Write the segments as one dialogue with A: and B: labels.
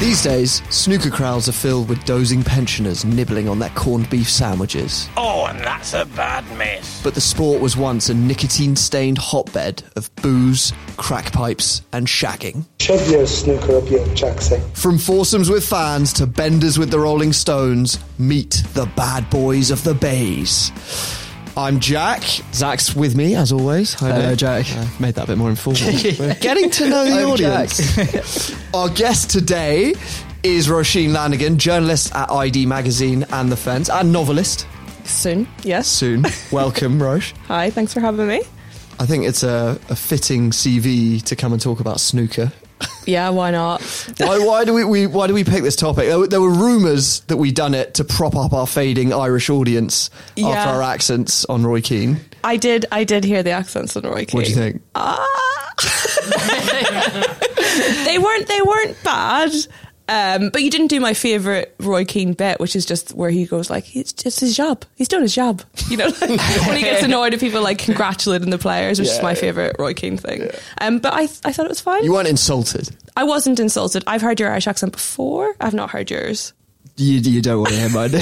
A: These days, snooker crowds are filled with dozing pensioners nibbling on their corned beef sandwiches.
B: Oh, and that's a bad miss.
A: But the sport was once a nicotine stained hotbed of booze, crack pipes, and shagging.
C: Shove your snooker up your jacksack.
A: From foursomes with fans to benders with the Rolling Stones, meet the bad boys of the Bays. I'm Jack. Zach's with me, as always. Hi,
D: Hello,
A: mate.
D: Jack.
A: Uh, made that a bit more informal. We're getting to know the
D: I'm Jack.
A: audience. Our guest today is Roisin Lanigan, journalist at ID Magazine and The Fence, and novelist.
E: Soon, yes.
A: Soon. Welcome, Roche.
E: Hi, thanks for having me.
A: I think it's a, a fitting CV to come and talk about snooker.
E: Yeah, why not?
A: why, why do we, we why do we pick this topic? There, were- there were rumours that we done it to prop up our fading Irish audience
E: Yeah.
A: after our accents on Roy Keane.
E: I did. I did hear the accents on Roy Keane. Ah!
A: What do you think?
E: They weren't. They weren't bad. Um, but you didn't do my favourite Roy Keane bit, which is just where he goes like, "It's just his job. He's doing his job." You know, like, when he gets annoyed at people like congratulating the players, which is
A: Yeah,
E: my
A: yeah.
E: favourite Roy Keane thing. Um, but I, I thought it was fine.
A: You weren't insulted.
E: I wasn't insulted. I've heard your Irish accent before. I've not heard yours.
D: You, you don't want to hear mine.
A: Do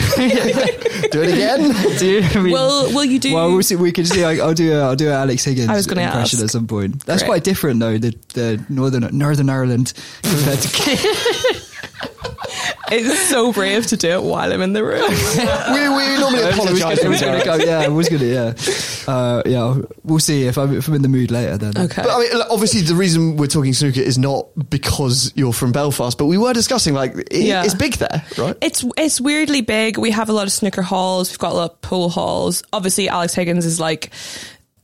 A: it again.
D: do you? I mean-
E: Will Will you do?
D: well, we'll see, we could see. I, I'll do. A, I'll do an Alex Higgins
E: I was gonna
D: impression
E: ask.
D: at some point. That's
E: Great.
D: quite different, though. The, the northern Northern Ireland compared to
E: it's so brave to do it while I'm in the room.
A: we, we normally apologise.
D: I
A: when we
D: was
A: do
D: gonna
A: it.
D: go, yeah, I was gonna. Yeah, uh, yeah. I'll- We'll see if I'm if I'm in the mood later. Then
E: okay.
A: But I mean, like, obviously, the reason we're talking snooker is not because you're from Belfast, but we were discussing like it,
E: Yeah.
A: it's big there, right?
E: It's it's weirdly big. We have a lot of snooker halls. We've got a lot of pool halls. Obviously, Alex Higgins is like,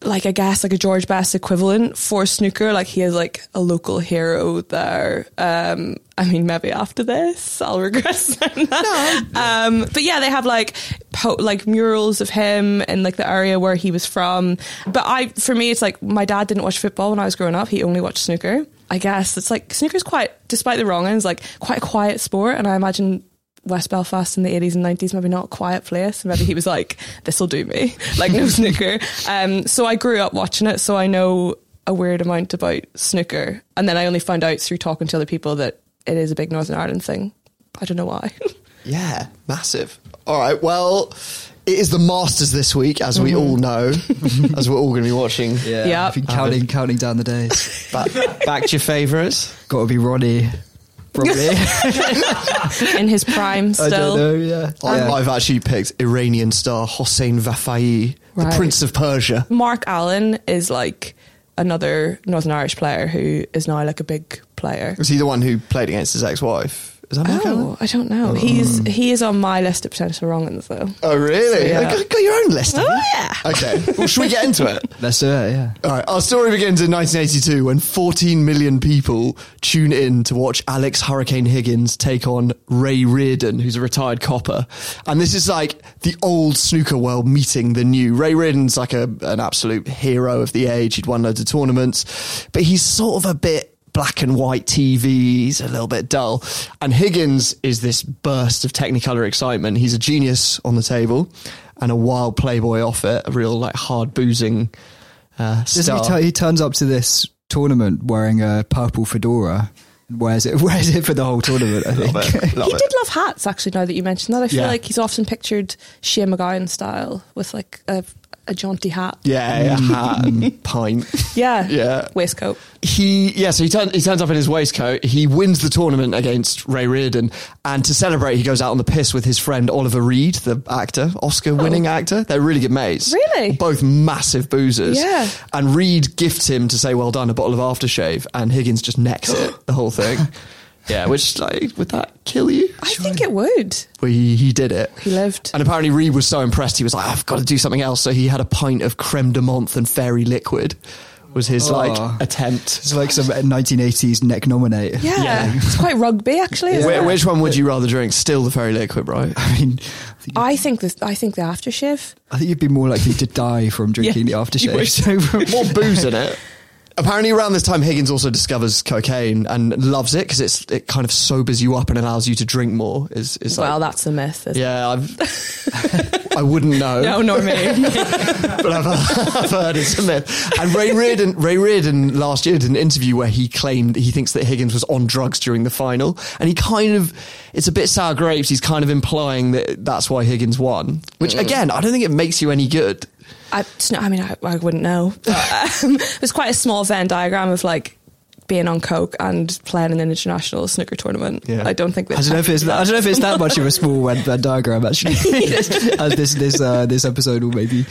E: like I guess like a George Best equivalent for snooker. Like he is like a local hero there. Um, I mean, maybe after this, I'll regret saying that. Um, but yeah, they have like po- like murals of him in like the area where he was from. But I, for me, it's like my dad didn't watch football when I was growing up. He only watched snooker. I guess it's like snooker's quite, despite the wrong ends, like quite a quiet sport. And I imagine West Belfast in the 80s and 90s, maybe not a quiet place. Maybe he was like, this will do me, like no snooker. Um, so I grew up watching it, so I know a weird amount about snooker. And then I only found out through talking to other people that it is a big Northern Ireland thing. I don't know why.
A: Yeah, massive. All right, well, it is the Masters this week, as we all know, as we're all going to be watching.
D: Mm-hmm. yeah,
E: Yep.
D: I've been counting counting down the days.
A: Back, back to your favourites.
D: Got to be Ronnie. Probably.
E: In his prime still.
D: I don't know. Yeah,
A: I,
D: Yeah.
A: I've actually picked Iranian star Hossein Vafai,
E: Right.
A: the Prince of Persia.
E: Mark Allen is like another Northern Irish player who is now like a big player.
A: Was he the one who played against his ex-wife? Is that Mark
E: Oh,
A: Allen?
E: I don't know. He's he is on my list of potential wrong-ins though.
A: Oh, really?
E: Yeah.
A: You've Got your own list. haven't you?
E: yeah.
A: Okay. Well, should we get into it?
D: Oh, Let's do it. Yeah.
A: All right, our story begins in 1982 when 14 million people tune in to watch Alex Hurricane Higgins take on Ray Reardon, who's a retired copper. And this is like the old snooker world meeting the new. Ray Reardon's like a, an absolute hero of the age. He'd won loads of tournaments, but he's sort of a bit black and white TV. He's a little bit dull. And Higgins is this burst of technicolor excitement. He's a genius on the table and a wild playboy off it, a real like hard boozing uh,
D: Doesn't
A: star.
D: he, tu- he turns up to this tournament wearing a purple fedora. and Wears it, wears it for the whole tournament. I think.
E: he did love hats, actually. Now that you mentioned that, I feel
A: Yeah.
E: like he's often pictured Shea McGowan style with like a a jaunty hat.
A: Yeah, yeah, hat and pint.
E: Mm. Yeah.
A: Yeah.
E: Waistcoat.
A: He yeah, so he turns he turns up in his waistcoat. He wins the tournament against Ray Reardon, and to celebrate, he goes out on the piss with his friend Oliver Reed, the actor, Oscar-winning actor. They're really good mates.
E: Oh. Really?
A: both massive boozers.
E: Yeah.
A: and Reed gifts him to say well done a bottle of aftershave, and Higgins just necks it the whole thing. Yeah, which like would that kill you?
E: I think it would.
A: Well, he, he did it.
E: He lived.
A: And apparently Reed was so impressed, he was like, I've got to do something else. So he had a pint of creme de menthe and fairy liquid was his
D: Oh.
A: like attempt.
D: It's like some 1980s neck nominate.
E: Yeah. It's quite rugby actually. isn't
A: Wh-
E: it?
A: which one would you rather drink? Still the fairy liquid, right?
D: I mean,
E: I think this I think the aftershave.
D: I think you'd be more likely to die from drinking the aftershave. So,
A: More booze in it. Apparently, around this time, Higgins also discovers cocaine and loves it because it's it kind of sobers you up and allows you to drink more. Is is like,
E: well, that's a myth. Isn't
A: yeah? I've, I wouldn't know.
E: it? No, not me.
A: but I've, I've heard it's a myth. And Ray Reardon, Ray Reardon last year did an interview where he claimed he thinks that Higgins was on drugs during the final, and he kind of it's a bit sour grapes. He's kind of implying that that's why Higgins won, which
D: Hmm.
A: again I don't think it makes you any good.
E: I, it's not- I mean, I, I wouldn't know. But, um, it was quite a small Venn diagram of like being on coke and playing in an international snooker tournament. I don't think
D: I
E: that's
D: don't know if it's I don't know if it's that much of a small Venn Venn diagram actually. As this this uh, this episode will maybe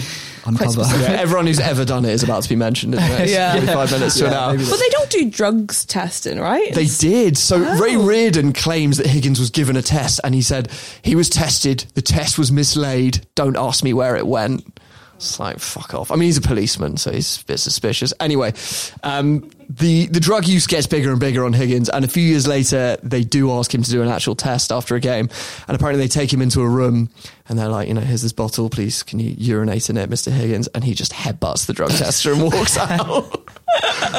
D: uncover.
A: Yeah, everyone who's ever done it is about to be mentioned. Isn't it?
E: Yeah.
A: forty-five minutes to an hour.
E: But they don't do drugs testing, right?
A: They did. So
D: Oh.
A: Ray Reardon claims that Higgins was given a test and he said, he was tested. The test was mislaid. Don't ask me where it went. It's like, fuck off. I mean, he's a policeman, so he's a bit suspicious. Anyway, um, the, the drug use gets bigger and bigger on Higgins. And a few years later, they do ask him to do an actual test after a game. And apparently, they take him into a room and they're like, you know, here's this bottle. Please, can you urinate in it, Mr. Higgins? And he just headbutts the drug tester and walks out.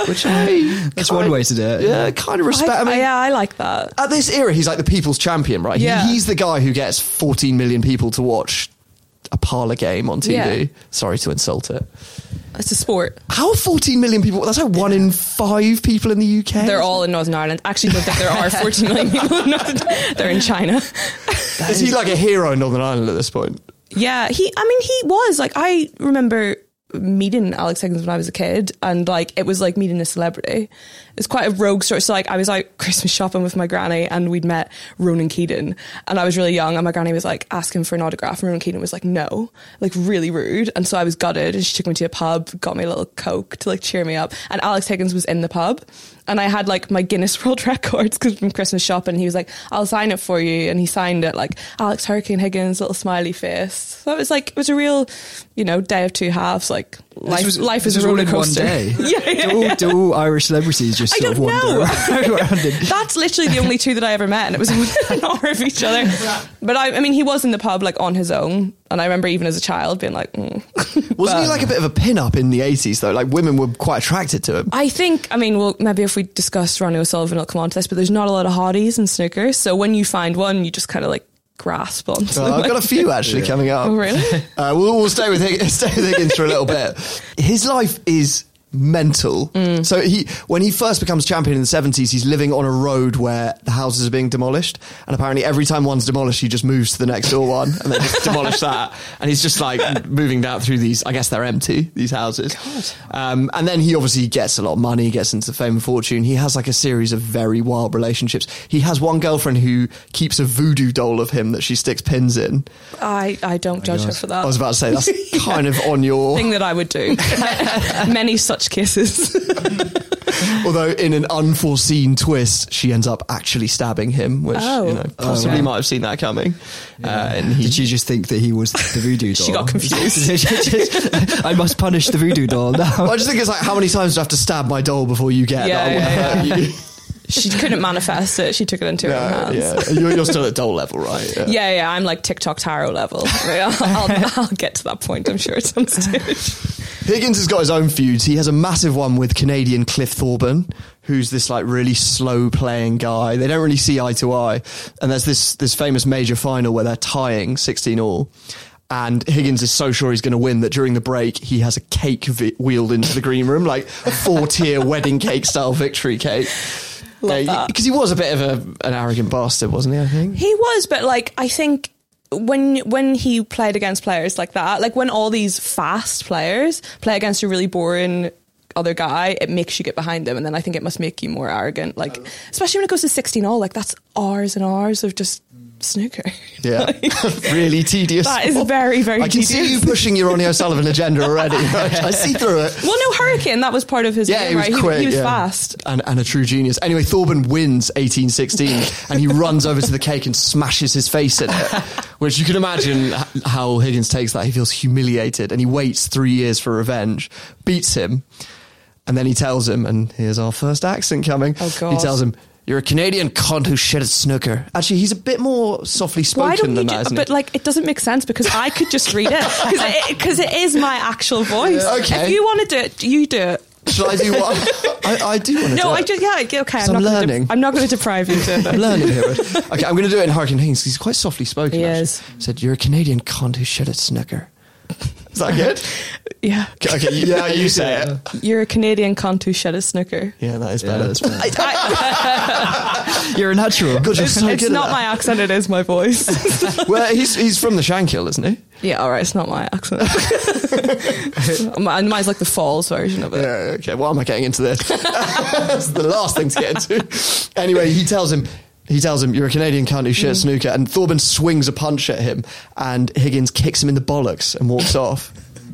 A: Which I.
D: That's one way to do it.
A: Yeah, Uh, kind of respect. I,
E: I,
A: mean,
D: uh,
E: yeah, I like that.
A: at this era, he's like the people's champion, right? He-
E: Yeah.
A: he's the guy who gets 14 million people to watch a parlor game on TV.
E: Yeah.
A: Sorry to insult it.
E: It's a sport.
A: How are 14 million people? That's like one in five people in the UK.
E: They're all in Northern Ireland. Actually, don't think there are 14 million people. in Northern- They're in China.
A: Is he like a hero in Northern Ireland at this point?
E: Yeah, he. I mean, he was like I remember meeting Alex Higgins when I was a kid, and like it was like meeting a celebrity. It's quite a rogue story. So like I was out Christmas shopping with my granny, and we'd met Ronan Keaton, and I was really young, and my granny was like asking for an autograph, and Ronan Keaton was like no, like really rude, and so I was gutted, and she took me to a pub, got me a little coke to like cheer me up, and Alex Higgins was in the pub. And I had like my Guinness World Records 'cause from Christmas shopping. he was like, "I'll sign it for you," and he signed it like Alex Hurricane Higgins, little smiley face. So it was like it was a real, you know, day of two halves. Like life,
D: was-
E: life
D: this
E: is a
D: was all
E: roller
D: in one
E: coaster.
D: day.
E: yeah, yeah,
D: Do all,
E: yeah.
D: do all Irish celebrities just
E: I
D: sort of
E: don't
D: wander
E: know.
D: around, around and
E: That's literally the only two that I ever met, and it was within an hour of each other. But I, I mean, he was in the pub like on his own, and I remember even as a child being like, mm.
A: Wasn't he like a bit of a pin-up in the 80s, though? Like, women were quite attracted to him.
E: I think, I mean, well, maybe if we discuss Ronnie O'Sullivan, it'll come on to this, but there's not a lot of hotties in snooker. So when you find one, you just kind of like grasp onto
A: Uh,
E: them.
A: I've got a few actually coming up.
E: Oh, really?
A: Uh, we'll, we'll stay with Higgins, stay with Higgins for a little bit. His life is mental.
E: Mm.
A: So he, when he first becomes champion in the seventies, he's living on a road where the houses are being demolished, and apparently every time one's demolished, he just moves to the next door one and then just demolish that, and he's just like moving down through these. I guess they're empty these houses. Um, and then he obviously gets a lot of money, gets into fame and fortune. He has like a series of very wild relationships. He has one girlfriend who keeps a voodoo doll of him that she sticks pins in.
E: I, I don't judge her for that.
A: I was about to say that's kind of on your
E: thing that I would do. Many such kisses.
A: Although in an unforeseen twist, she ends up actually stabbing him, which
E: Oh.
A: you know um,
E: Oh,
A: possibly
E: wow.
A: might have seen that coming. Uh, and he,
D: Did you just think that he was the voodoo doll?
E: She got
D: confused. I must punish the voodoo doll now.
A: Well, I just think it's like how many times do I have to stab my doll before you get
E: Yeah,
A: that?
E: yeah,
A: one? You-
E: she couldn't manifest it. She took it into her own
A: Uh,
E: hands. Yeah.
A: yeah. You're, you're still at doll level, right? Yeah.
E: Yeah, I'm like TikTok tarot level. I'll, I'll, I'll get to that point, I'm sure, at some stage.
A: Higgins has got his own feuds. He has a massive one with Canadian Cliff Thorburn, who's this like really slow playing guy. They don't really see eye to eye. And there's this this famous major final where they're tying 16 all. And Higgins is so sure he's going to win that during the break he has a cake vi- wheeled into the green room, like four tier wedding cake style victory cake. Because he was a bit of a, an arrogant bastard, wasn't he? I think.
E: He was, but like, I think when when he played against players like that, like when all these fast players play against a really boring other guy, it makes you get behind them, and then I think it must make you more arrogant. Like especially when it goes to sixteen all, like that's hours and hours of just snooker.
A: Yeah,
E: Like,
A: really tedious.
E: that is very very.
A: I can see you
E: tedious.
A: pushing your Ronnie O'Sullivan agenda already. Right? I see through it.
E: Well, no, Hurricane. That was part of his.
A: Yeah,
E: game,
A: he was
E: right?
A: quick.
E: He, was
A: yeah.
E: fast.
A: And, and a true genius. Anyway, Thorben wins 1816 and he runs over to the cake and smashes his face in it, which you can imagine h- how Higgins takes that. He feels humiliated and he waits three years for revenge, beats him, and then he tells him, and here's our first accent coming.
E: Oh, God.
A: He tells him, You're a Canadian cunt who shit at snooker. Actually, he's a bit more softly spoken
E: Why don't you?
A: than
E: Do,
A: that, isn't
E: but
A: he?
E: like, it doesn't make sense because I could just read it because it is my actual voice.
A: Yeah. Okay.
E: If you want to do it, you do it.
A: Should I do what? I, I do want to
E: No, I just yeah. like, Okay,
A: So
E: I'm
A: I'm
E: not gonna
A: learning.
E: De- I'm not going to deprive you to
A: I'm
E: it.
A: learning here. Okay, I'm going to do it in Hurricane Higgins 'cause he's quite softly spoken.
E: He
A: actually.
E: is.
A: Said, You're a Canadian cunt who shit at snooker. Is that good?
E: yeah.
A: okay, you- yeah, you say it.
E: You're a Canadian cunt who shed a snooker.
A: Yeah, that is better.
D: that's better.
E: I- I-
D: You're a natural.
A: Good, you're
E: it's
A: so good at
E: not
A: that.
E: my accent. It is my voice.
A: Well, he's, he's from the Shankill, isn't he?
E: yeah, all right. It's not my accent. Mine- Mine's like the Falls version of it.
A: Yeah, okay, why am I getting into this? That's the last thing to get into. Anyway, he tells him, he tells him, you're a Canadian cunt who shit
E: Mm.
A: at snooker, and Thorben swings a punch at him, and Higgins kicks him in the bollocks and walks off.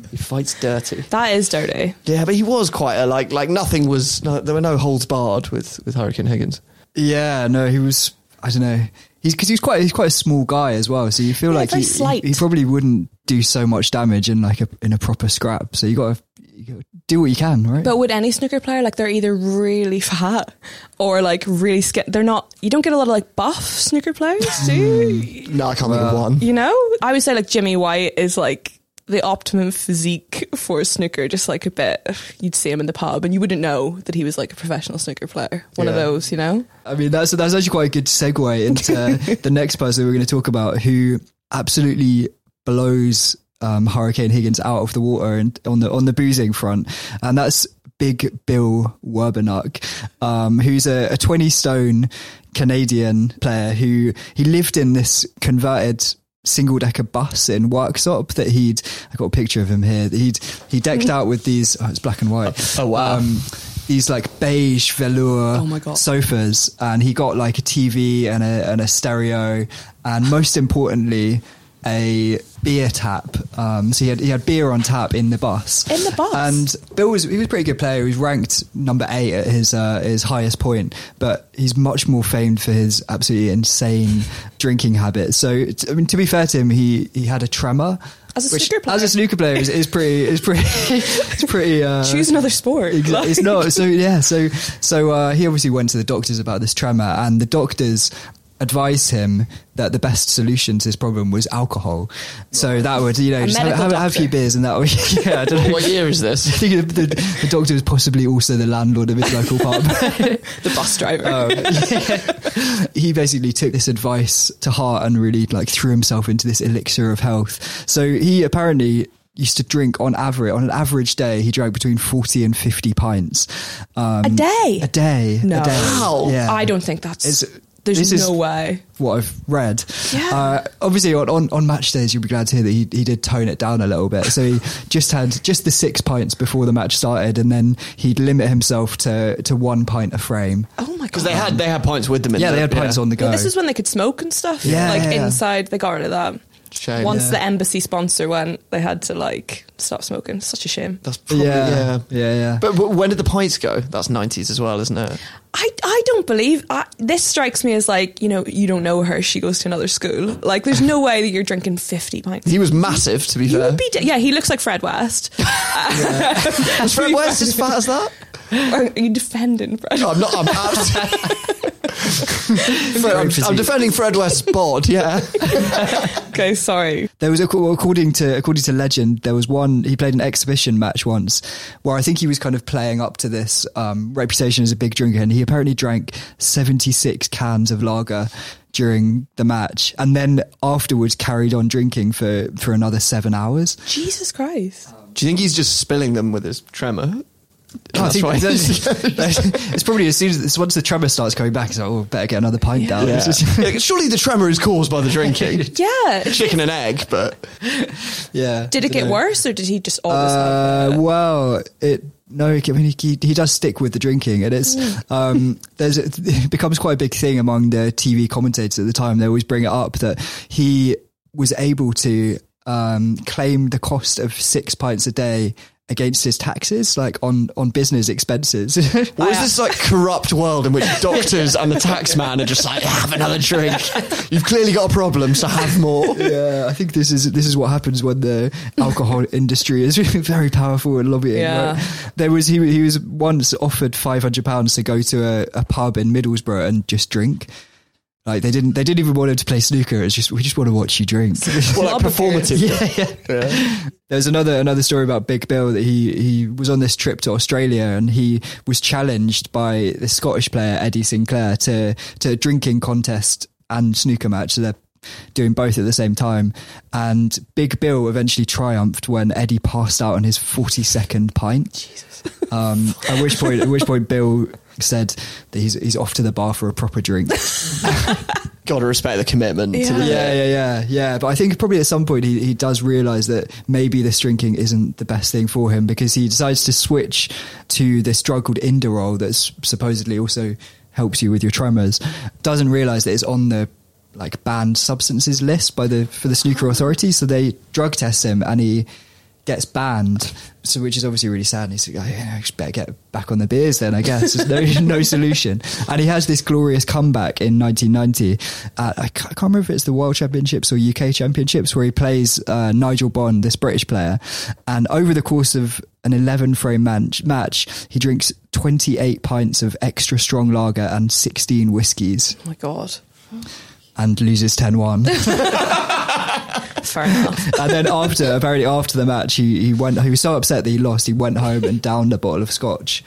A: He fights dirty.
E: That is dirty.
A: Yeah, but he was quite a like like nothing was no, there were no holds barred with with Hurricane Higgins.
D: Yeah, no, he was. I don't know. He's because he's quite he's quite a small guy as well. So you feel
E: Yeah,
D: like
E: very
D: he,
E: slight.
D: he he probably wouldn't do so much damage in like a in a proper scrap. So you got to you gotta do what you can, right?
E: But would any snooker player like they're either really fat or like really skin? They're not. You don't get a lot of like buff snooker players, do you?
A: No, I can't think of one.
E: you know, I would say like Jimmy White is like the optimum physique for a snooker. Just like a bit, you'd see him in the pub and you wouldn't know that he was like a professional snooker player. One of
A: Yeah.
E: those, you know.
D: I mean, that's that's actually quite a good segue into the next person we're going to talk about, who absolutely blows um, Hurricane Higgins out of the water and on the on the boozing front, and that's Big Bill Werbenuck, um, who's a, a twenty stone Canadian player who he lived in this converted single decker bus in workshop that he'd I got a picture of him here that he'd he decked out with these oh, it's black and white Um,
A: Oh, wow.
D: these like beige velour
E: Oh my God.
D: sofas and he got like a TV and a, and a stereo and most importantly a beer tap um, so he had, he had beer on tap in the bus
E: In the bus?
D: and Bill was he was a pretty good player he was ranked number 8 at his uh, his highest point but he's much more famed for his absolutely insane drinking habits so t- I mean to be fair to him he he had a tremor
E: As a snooker player.
D: as a snooker player is, is pretty is pretty it's pretty uh,
E: Choose another sport.
D: Exactly. It's
E: Like-
D: not. So yeah. So so uh, he obviously went to the doctors about this tremor, and the doctors advised him that the best solution to his problem was alcohol. So that would you know just have,
E: medical
D: have, have a few
E: doctor.
D: beers and that would yeah. I don't know.
A: What year is
D: I
A: this?
D: think the, the, the doctor was possibly also the landlord of his local pub.
E: the bus driver.
D: um, he basically took this advice to heart and really like threw himself into this elixir of health. So he apparently used to drink on average on an average day he drank between 40 and 50 pints um,
E: A day?
D: a day
E: No.
D: a day.
A: Wow.
D: yeah
E: I don't think that's.
D: It's-
E: there's
D: this is-
E: no way.
D: what I've read.
E: Yeah.
D: Uh, obviously, on, on, on match days, you'll be glad to hear that he, he did tone it down a little bit. So he just had just the six pints before the match started, and then he'd limit himself to, to one pint a frame.
E: Oh my god.
A: Because they had they had points with them. In
D: yeah, they had pints on the go.
E: Well, this is when they could smoke and stuff.
D: Yeah,
E: like
D: yeah, yeah.
E: inside, they got rid of that.
A: Shame.
E: Once
A: Yeah.
E: the embassy sponsor went, they had to like stop smoking. Such a shame.
A: That's probably,
D: Yeah.
A: yeah.
D: Yeah, yeah.
A: But, but when did the pints go? That's nineties as well, isn't it?
E: I, I don't believe I, this strikes me as like you know you don't know her. She goes to another school. Like there's no way that you're drinking fifty pints.
A: He was massive, to be
E: You
A: fair.
E: would be de- yeah, he looks like Fred West.
A: was Fred West as fat as that?
E: Are you defending Fred?
A: I'm not. I'm absolutely. I'm, I'm defending Fred West's bod. Yeah.
E: Okay, sorry.
D: There was ac- according to according to legend, there was one he played an exhibition match once where I think he was kind of playing up to this um, reputation as a big drinker, and he apparently drank seventy six cans of lager during the match, and then afterwards carried on drinking for for another seven hours.
E: Jesus Christ.
A: Do you think he's just spilling them with his tremor?
D: I
A: That's
D: think
A: why-
D: it's probably as soon as it's once the tremor starts coming back, it's like, oh, better get another pint down. It's just-
A: Yeah, Surely the tremor is caused by the drinking.
E: Yeah.
A: Chicken and egg, but
D: yeah.
E: Did it get worse or did he just always have
D: Uh,
E: that?
D: well, it no, I mean he, he he does stick with the drinking, and it's um there's it becomes quite a big thing among the TV commentators at the time. They always bring it up that he was able to um claim the cost of six pints a day against his taxes, like on on business expenses.
A: what is this like corrupt world in which doctors and the tax man are just like have another drink? You've clearly got a problem, so have more.
D: yeah, I think this is this is what happens when the alcohol industry is very powerful in lobbying.
E: Yeah.
D: right? there was he he was once offered five hundred pounds to go to a, a pub in Middlesbrough and just drink. Like they didn't they didn't even want him to play snooker. It's just we just want to watch you drink.
A: Well, like performative.
D: There's another another story about Big Bill that he he was on this trip to Australia and he was challenged by the Scottish player Eddie Sinclair to to a drinking contest and snooker match. So they're doing both at the same time. And Big Bill eventually triumphed when Eddie passed out on his 42nd pint. Jesus. Um, at which point at which point Bill said that he's he's off to the bar for a proper drink.
A: Gotta respect the commitment to the
D: Yeah, yeah, yeah, yeah. But I think probably at some point he, he does realize that maybe this drinking isn't the best thing for him because he decides to switch to this drug called Inderol that's supposedly also helps you with your tremors. Doesn't realize that it's on the like banned substances list by the for the snooker authority, so they drug test him and he gets banned. So which is obviously really sad. And he's like, oh, yeah, I just better get back on the beers then, I guess. There's no no solution. And he has this glorious comeback in 1990. At, I ca- I can't remember if it's the World Championships or UK Championships where he plays uh, Nigel Bond, this British player. And over the course of an 11 frame match, match, he drinks 28 pints of extra strong lager and 16 whiskies
E: Oh my God.
D: and loses 10 1.
E: Fair enough.
D: and then after, apparently after the match, he, he went. He was so upset that he lost. He went home and downed a bottle of scotch,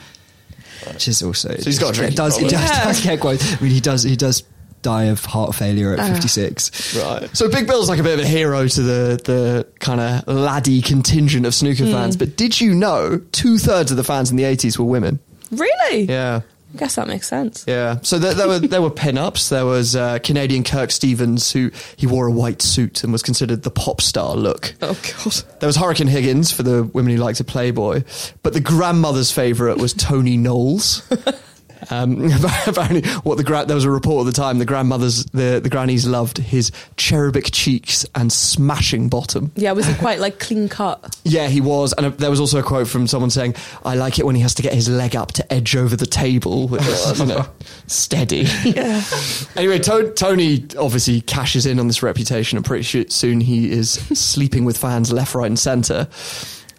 D: which is also. So
A: he's got a
D: it
A: drinking
D: does, it does,
A: problem.
D: does get quite. I mean, he does. He does die of heart failure
E: Uh.
D: at fifty six.
A: Right. So Big Bill's like a bit of a hero to the the kind of laddie contingent of snooker fans. But did you know two thirds of the fans in the eighties were women?
E: Really?
A: Yeah.
E: I guess that makes sense.
A: Yeah. So there, there were there were pin-ups. There was uh, Canadian Kirk Stevens who he wore a white suit and was considered the pop star look.
E: Oh God.
A: There was Hurricane Higgins for the women who liked to Playboy, but the grandmother's favourite was Tony Knowles. Um, apparently, what the gra- there was a report at the time. The grandmothers, the, the grannies loved his cherubic cheeks and smashing bottom.
E: Yeah, was he quite like clean cut?
A: Yeah, he was, and uh, there was also a quote from someone saying, "I like it when he has to get his leg up to edge over the table, which is, you know, steady." Anyway, to- Tony obviously cashes in on this reputation, and pretty sure soon he is sleeping with fans left, right, and centre.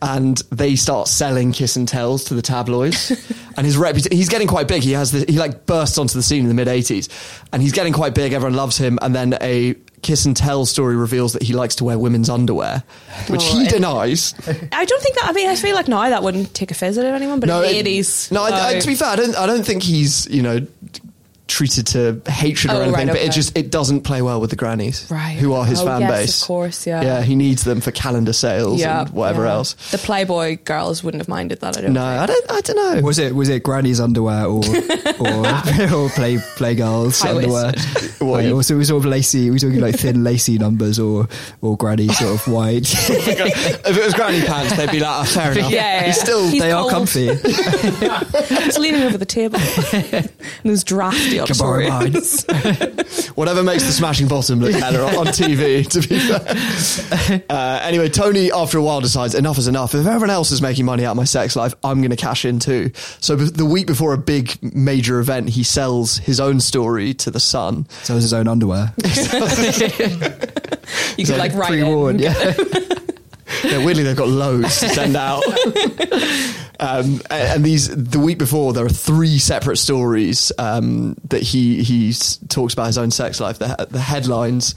A: And they start selling kiss and tells to the tabloids, and his reputation—he's getting quite big. He has the, he like bursts onto the scene in the mid '80s, and he's getting quite big. Everyone loves him, and then a kiss and tell story reveals that he likes to wear women's underwear, which he denies.
E: I don't think that. I mean, I feel like now that wouldn't take a fizz out of anyone, but in the
A: it-
E: eighties.
A: No, I, I, to be fair, I don't, I don't think he's you know treated to hatred
E: Oh,
A: or anything,
E: right,
A: but
E: okay.
A: it just it doesn't play well with the grannies,
E: Right.
A: Who are his
E: Oh,
A: fan
E: yes, of
A: base?
E: course, yeah.
A: Yeah, he needs them for calendar sales and whatever
E: yeah.
A: else.
E: The Playboy girls wouldn't have minded that. I don't.
A: No, I don't. I don't know.
D: Was it was it Granny's underwear or or, or play play girls
E: I
D: underwear? Like,
A: you-
D: also, it was sort of lacy. We're talking like thin lacy numbers or or Granny sort of white.
A: if it was granny pants, they'd be like, oh, fair enough.
E: Yeah, yeah,
A: He's
E: yeah.
A: still.
E: He's
D: they are
E: cold.
D: comfy.
E: think. It's leaning over the table. and those drafty
D: Can borrow mine.
E: auditoriums.
A: Whatever makes the smashing bottom look better on TV, to be fair. Uh, anyway, Tony, after a while, decides enough is enough. If everyone else is making money out of my sex life, I'm going to cash in too. So be- the week before a big major event, he sells his own story to The Sun.
D: So is his own underwear.
E: you could like write it.
D: Pre-worn, yeah.
A: Yeah, weirdly, they've got loads to send out. um, a- and these the week before, there are three separate stories um, that he he s- talks about his own sex life. The, he- the headlines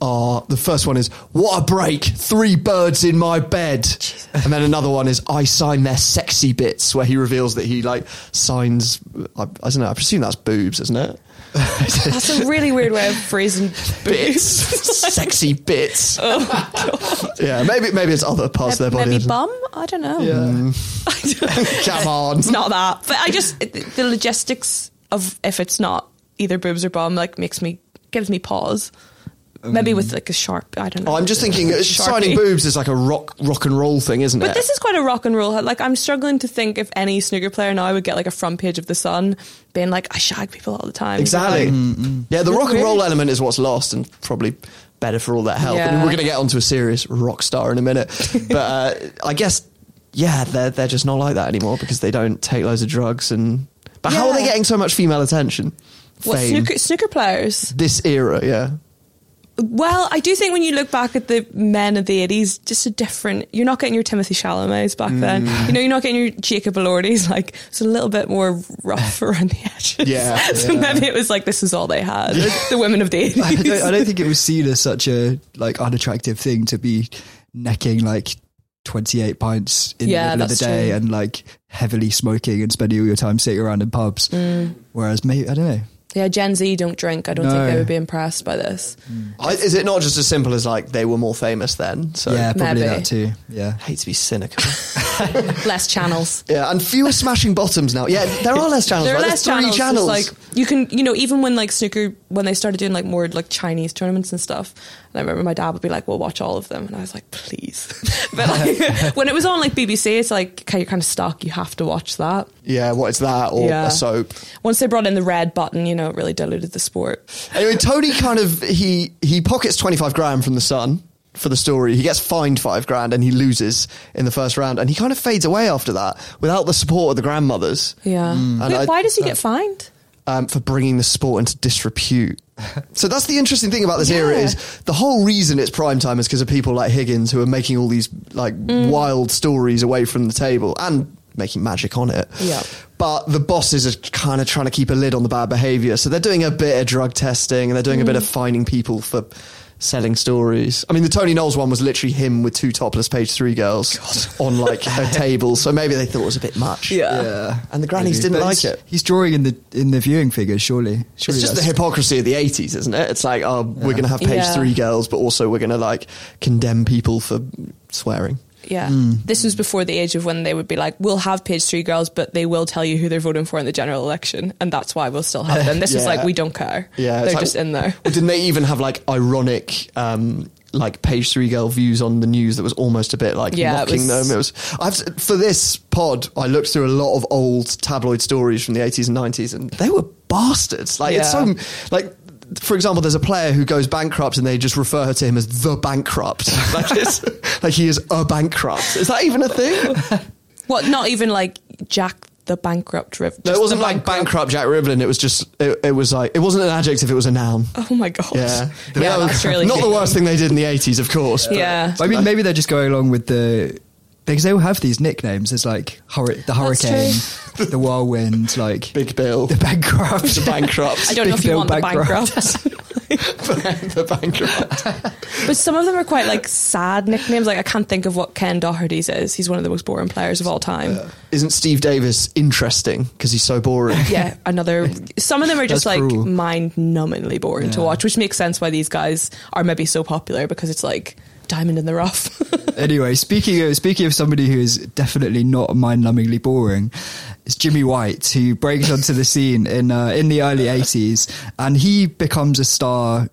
A: are the first one is "What a break! Three birds in my bed," and then another one is "I sign their sexy bits," where he reveals that he like signs. I, I don't know. I presume that's boobs, isn't it?
E: That's a really weird way of phrasing.
A: Bits, sexy bits. yeah, maybe maybe it's other parts of their body.
E: Maybe bum. I don't know.
A: Mm. Come on.
E: It's not that. But I just the logistics of if it's not either boobs or bum like makes me gives me pause. Maybe
A: Mm.
E: with like a sharp. I don't know.
A: Oh, I'm just thinking uh, signing
E: Sharpie.
A: boobs is like a rock rock and roll thing, isn't it?
E: But this is quite a rock and roll. Like I'm struggling to think if any snooker player now would get like a front page of the Sun, being like, I shag people all the time.
A: exactly.
E: Like,
A: Yeah, the
E: It's
A: rock and
E: weird.
A: roll element is what's lost and probably better for all that help. I mean,
E: Yeah.
A: we're going to get onto a serious rock star in a minute, but uh, I guess yeah, they're they're just not like that anymore because they don't take loads of drugs and. But how are they
E: Yeah.
A: getting so much female attention?
E: what
A: Fame.
E: snooker snooker players?
A: This era, yeah.
E: Well, I do think when you look back at the men of the eighties, just a different. You're not getting your Timothy Chalamets back then.
D: Mm.
E: You know, you're not getting your Jacob Elordi's. Like it's a little bit more rough around the edges.
A: Yeah,
E: so maybe it was like this is all they had. The women of the
D: I don't, I
E: eighties.
D: don't think it was seen as such a like unattractive thing to be necking like 28 pints in
E: Yeah,
D: the middle of the
E: that's
D: day
E: true.
D: and like heavily smoking and spending all your time sitting around in pubs.
E: Mm.
D: Whereas maybe, I don't know.
E: Yeah, Gen Z don't drink. I don't think
D: No.
E: they would be impressed by this.
A: I, is it not just as simple as like they were more famous then? So
D: yeah, probably
E: Maybe.
D: that too. Yeah.
A: I hate to be cynical.
E: Less channels.
A: yeah, and fewer smashing bottoms now. Yeah, there are less channels.
E: There are
A: right?
E: less
A: There's
E: channels.
A: three
E: It's
A: channels.
E: like you can, you know, even when like snooker, when they started doing like more like Chinese tournaments and stuff, and I remember my dad would be like, "We'll watch all of them," and I was like, "Please." but like when it was on like BBC, it's like, okay, you're kind of stuck. You have to watch that.
A: yeah, what is that or
E: Yeah.
A: a soap?
E: Once they brought in the red button, you know, it really diluted the sport.
A: Anyway, Tony kind of he he pockets twenty five grand from the Sun for the story. He gets fined five grand and he loses in the first round, and he kind of fades away after that without the support of the grandmothers
E: Yeah. Wait,
A: Mm. And I-
E: why does he get fined?
A: um, for bringing the sport into disrepute. so that's the interesting thing about this era
E: Yeah.
A: is the whole reason it's prime time is because of people like Higgins who are making all these like
E: Mm.
A: wild stories away from the table and making magic on it.
E: Yeah.
A: But the bosses are kind of trying to keep a lid on the bad behavior. So they're doing a bit of drug testing and they're doing a
E: Mm.
A: bit of fining people for selling stories. I mean, the Tony Knowles one was literally him with two topless page three girls on like a table. So maybe they thought it was a bit much.
E: Yeah.
A: And the grannies
D: Maybe.
A: didn't
D: But
A: like
D: he's-
A: it.
D: He's drawing in the in the viewing figures, surely. surely
A: It's just the
D: that's-
A: hypocrisy of the 80s, isn't it? It's like, oh, we're going to have page
E: Yeah.
A: three girls, but also we're going to like condemn people for swearing.
E: Yeah.
A: Mm.
E: This was before the age of when they would be like, we'll have page three girls, but they will tell you who they're voting for in the general election. And that's why we'll still have them. This was
A: Yeah.
E: like, we don't care.
A: Yeah. it's
E: They're
A: like-
E: just in there.
A: Well, didn't they even have like ironic, um, like page three girl views on the news that was almost a bit like
E: Yeah, it
A: mocking
E: was-
A: them? It was. I've for this pod, I looked through a lot of old tabloid stories from the eighties and nineties, and they were bastards. Like it's
E: Yeah.
A: so like. For example, there's a player who goes bankrupt, and they just refer to him as the bankrupt. Like, it's, like he is a bankrupt. Is that even a thing?
E: What? Not even like Jack the bankrupt river.
A: No, it wasn't like bankrupt Jack Rivlin. It was just it, it was like it wasn't an adjective. It was a noun.
E: Oh my god.
A: Yeah,
E: yeah,
A: No,
E: that's really
A: not the
E: good.
A: worst thing they did in the eighties, of course. but-
E: Yeah.
D: I mean, maybe they're just going along with the because they all have these nicknames. It's like hurri- the hurricane, the whirlwind, like
A: Big Bill,
D: the bankrupt,
A: the bankrupt,
E: I don't know if
D: Big
E: you
D: Bill
E: want
D: bankrupt.
E: the bankrupt.
A: the bankrupt.
E: but some of them are quite like sad nicknames. Like I can't think of what Ken Doherty's is. He's one of the most boring players of all time. Yeah,
A: Isn't Steve Davis interesting because he's so boring?
E: another. Some of them are just
D: That's
E: like
D: cruel.
E: mind-numbingly boring to
D: Yeah.
E: watch, which makes sense why these guys are maybe so popular because it's like diamond in the rough.
D: Anyway, speaking of speaking of somebody who is definitely not mind-numbingly boring, it's Jimmy White who breaks onto the scene in uh, in the early eighties, and he becomes a star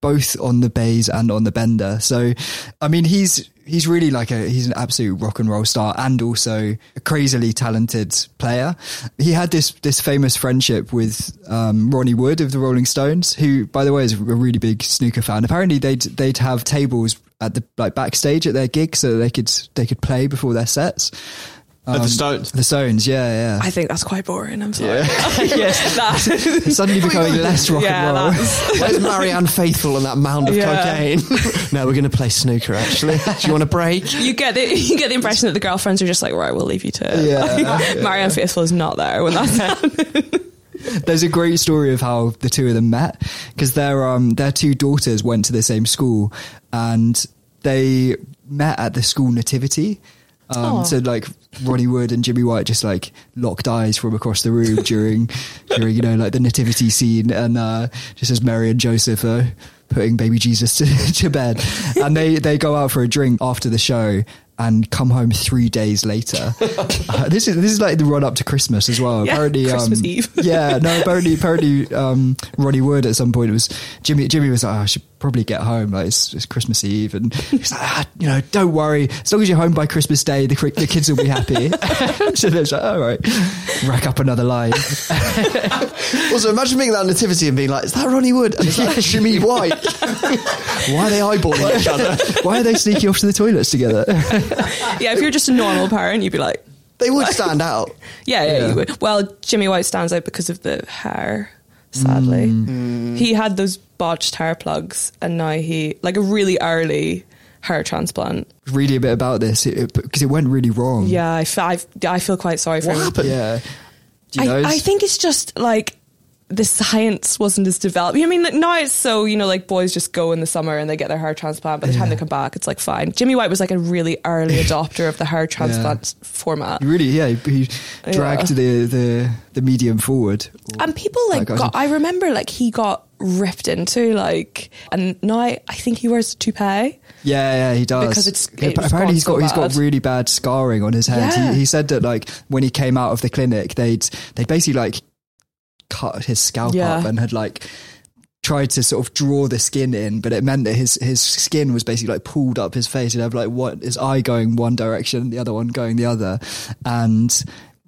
D: both on the bays and on the bender. So, I mean, he's he's really like a he's an absolute rock and roll star, and also a crazily talented player. He had this this famous friendship with um, Ronnie Wood of the Rolling Stones, who, by the way, is a really big snooker fan. Apparently, they'd they'd have tables at the like backstage at their gigs so they could they could play before their sets. Um,
A: the Stones.
D: The Stones, yeah, yeah.
E: I think that's quite boring. I'm sorry.
D: yes,
E: That-
D: suddenly becoming less rock
E: Yeah,
D: and roll.
E: that's-
A: Where's Marianne Faithful and that mound of
E: Yeah.
A: cocaine? no, we're going to play snooker. Actually, do you want a break?
E: you get the you get the impression that the girlfriends are just like, right, we'll leave you to it.
D: Yeah.
E: Marianne Faithful is not there when that's
D: There's a great story of how the two of them met because their um their two daughters went to the same school and they met at the school nativity. Um,
E: Oh.
D: So like Ronnie Wood and Jimmy White just like locked eyes from across the room during during you know like the nativity scene and uh, just as Mary and Joseph are putting baby Jesus to, to bed and they they go out for a drink after the show and come home three days later. Uh, this is this is like the run up to Christmas as well.
E: Yeah,
D: apparently,
E: Christmas
D: um,
E: Eve.
D: yeah, no, apparently, apparently, um, Ronnie Wood at some point was Jimmy. Jimmy was like, oh, I should probably get home. Like it's, it's Christmas Eve, and he's like, ah, you know, don't worry. As long as you're home by Christmas Day, the, cri- the kids will be happy. so they're just like, all right, rack up another line.
A: Also, imagine being that nativity and being like, "Is that Ronnie Wood? And is that Jimmy White? Why are they eyeballing each other?"
D: Why are they sneaking off to the toilets together?
E: Yeah, if you're just a normal parent, you'd be like,
A: They would stand out.
E: yeah, yeah, you would. Well, Jimmy White stands out because of the hair, sadly. He had those botched hair plugs, and now he, like a really early hair transplant.
D: Reading a bit about this because it, went really wrong.
E: Yeah, I, f- I, I feel quite sorry for
A: What
E: him.
A: happened?
D: yeah. Do you know?
E: I, I
D: it's-
E: think it's just like the science wasn't as developed. I mean, like, now it's so, you know, like boys just go in the summer and they get their hair transplant. By the time they come back, it's like fine. Jimmy White was like a really early adopter of the hair transplant format.
D: Really, yeah, he, he dragged
E: Yeah.
D: the, the the medium forward.
E: And people like
D: Like, I
E: got, I remember like he got ripped into like, and now I think he wears a toupee.
D: Yeah, yeah, he does.
E: Because it's-
D: Yeah,
E: it's
D: apparently
E: gone
D: he's got
E: so
D: he's got
E: bad.
D: really bad scarring on his head.
E: Yeah.
D: He, he said that like when he came out of the clinic, they'd they basically like cut his scalp
E: Yeah.
D: up and had like tried to sort of draw the skin in, but it meant that his his skin was basically like pulled up his face. He'd have like what his eye going one direction, the other one going the other, and.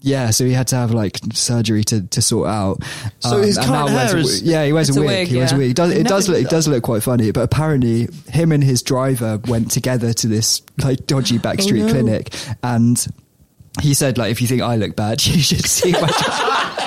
D: Yeah, so he had to have like surgery to, to sort out. Um,
A: So his
D: and
A: current
D: now wears
A: hair
D: a
A: is-
D: wi- yeah, he wears
E: It's
D: a
E: a
D: wig.
E: wig,
D: he wears a
E: yeah.
D: wig. It does, it does look it does look quite funny, but apparently him and his driver went together to this like dodgy back street clinic, and he said like if you think I look bad, you should see my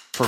B: For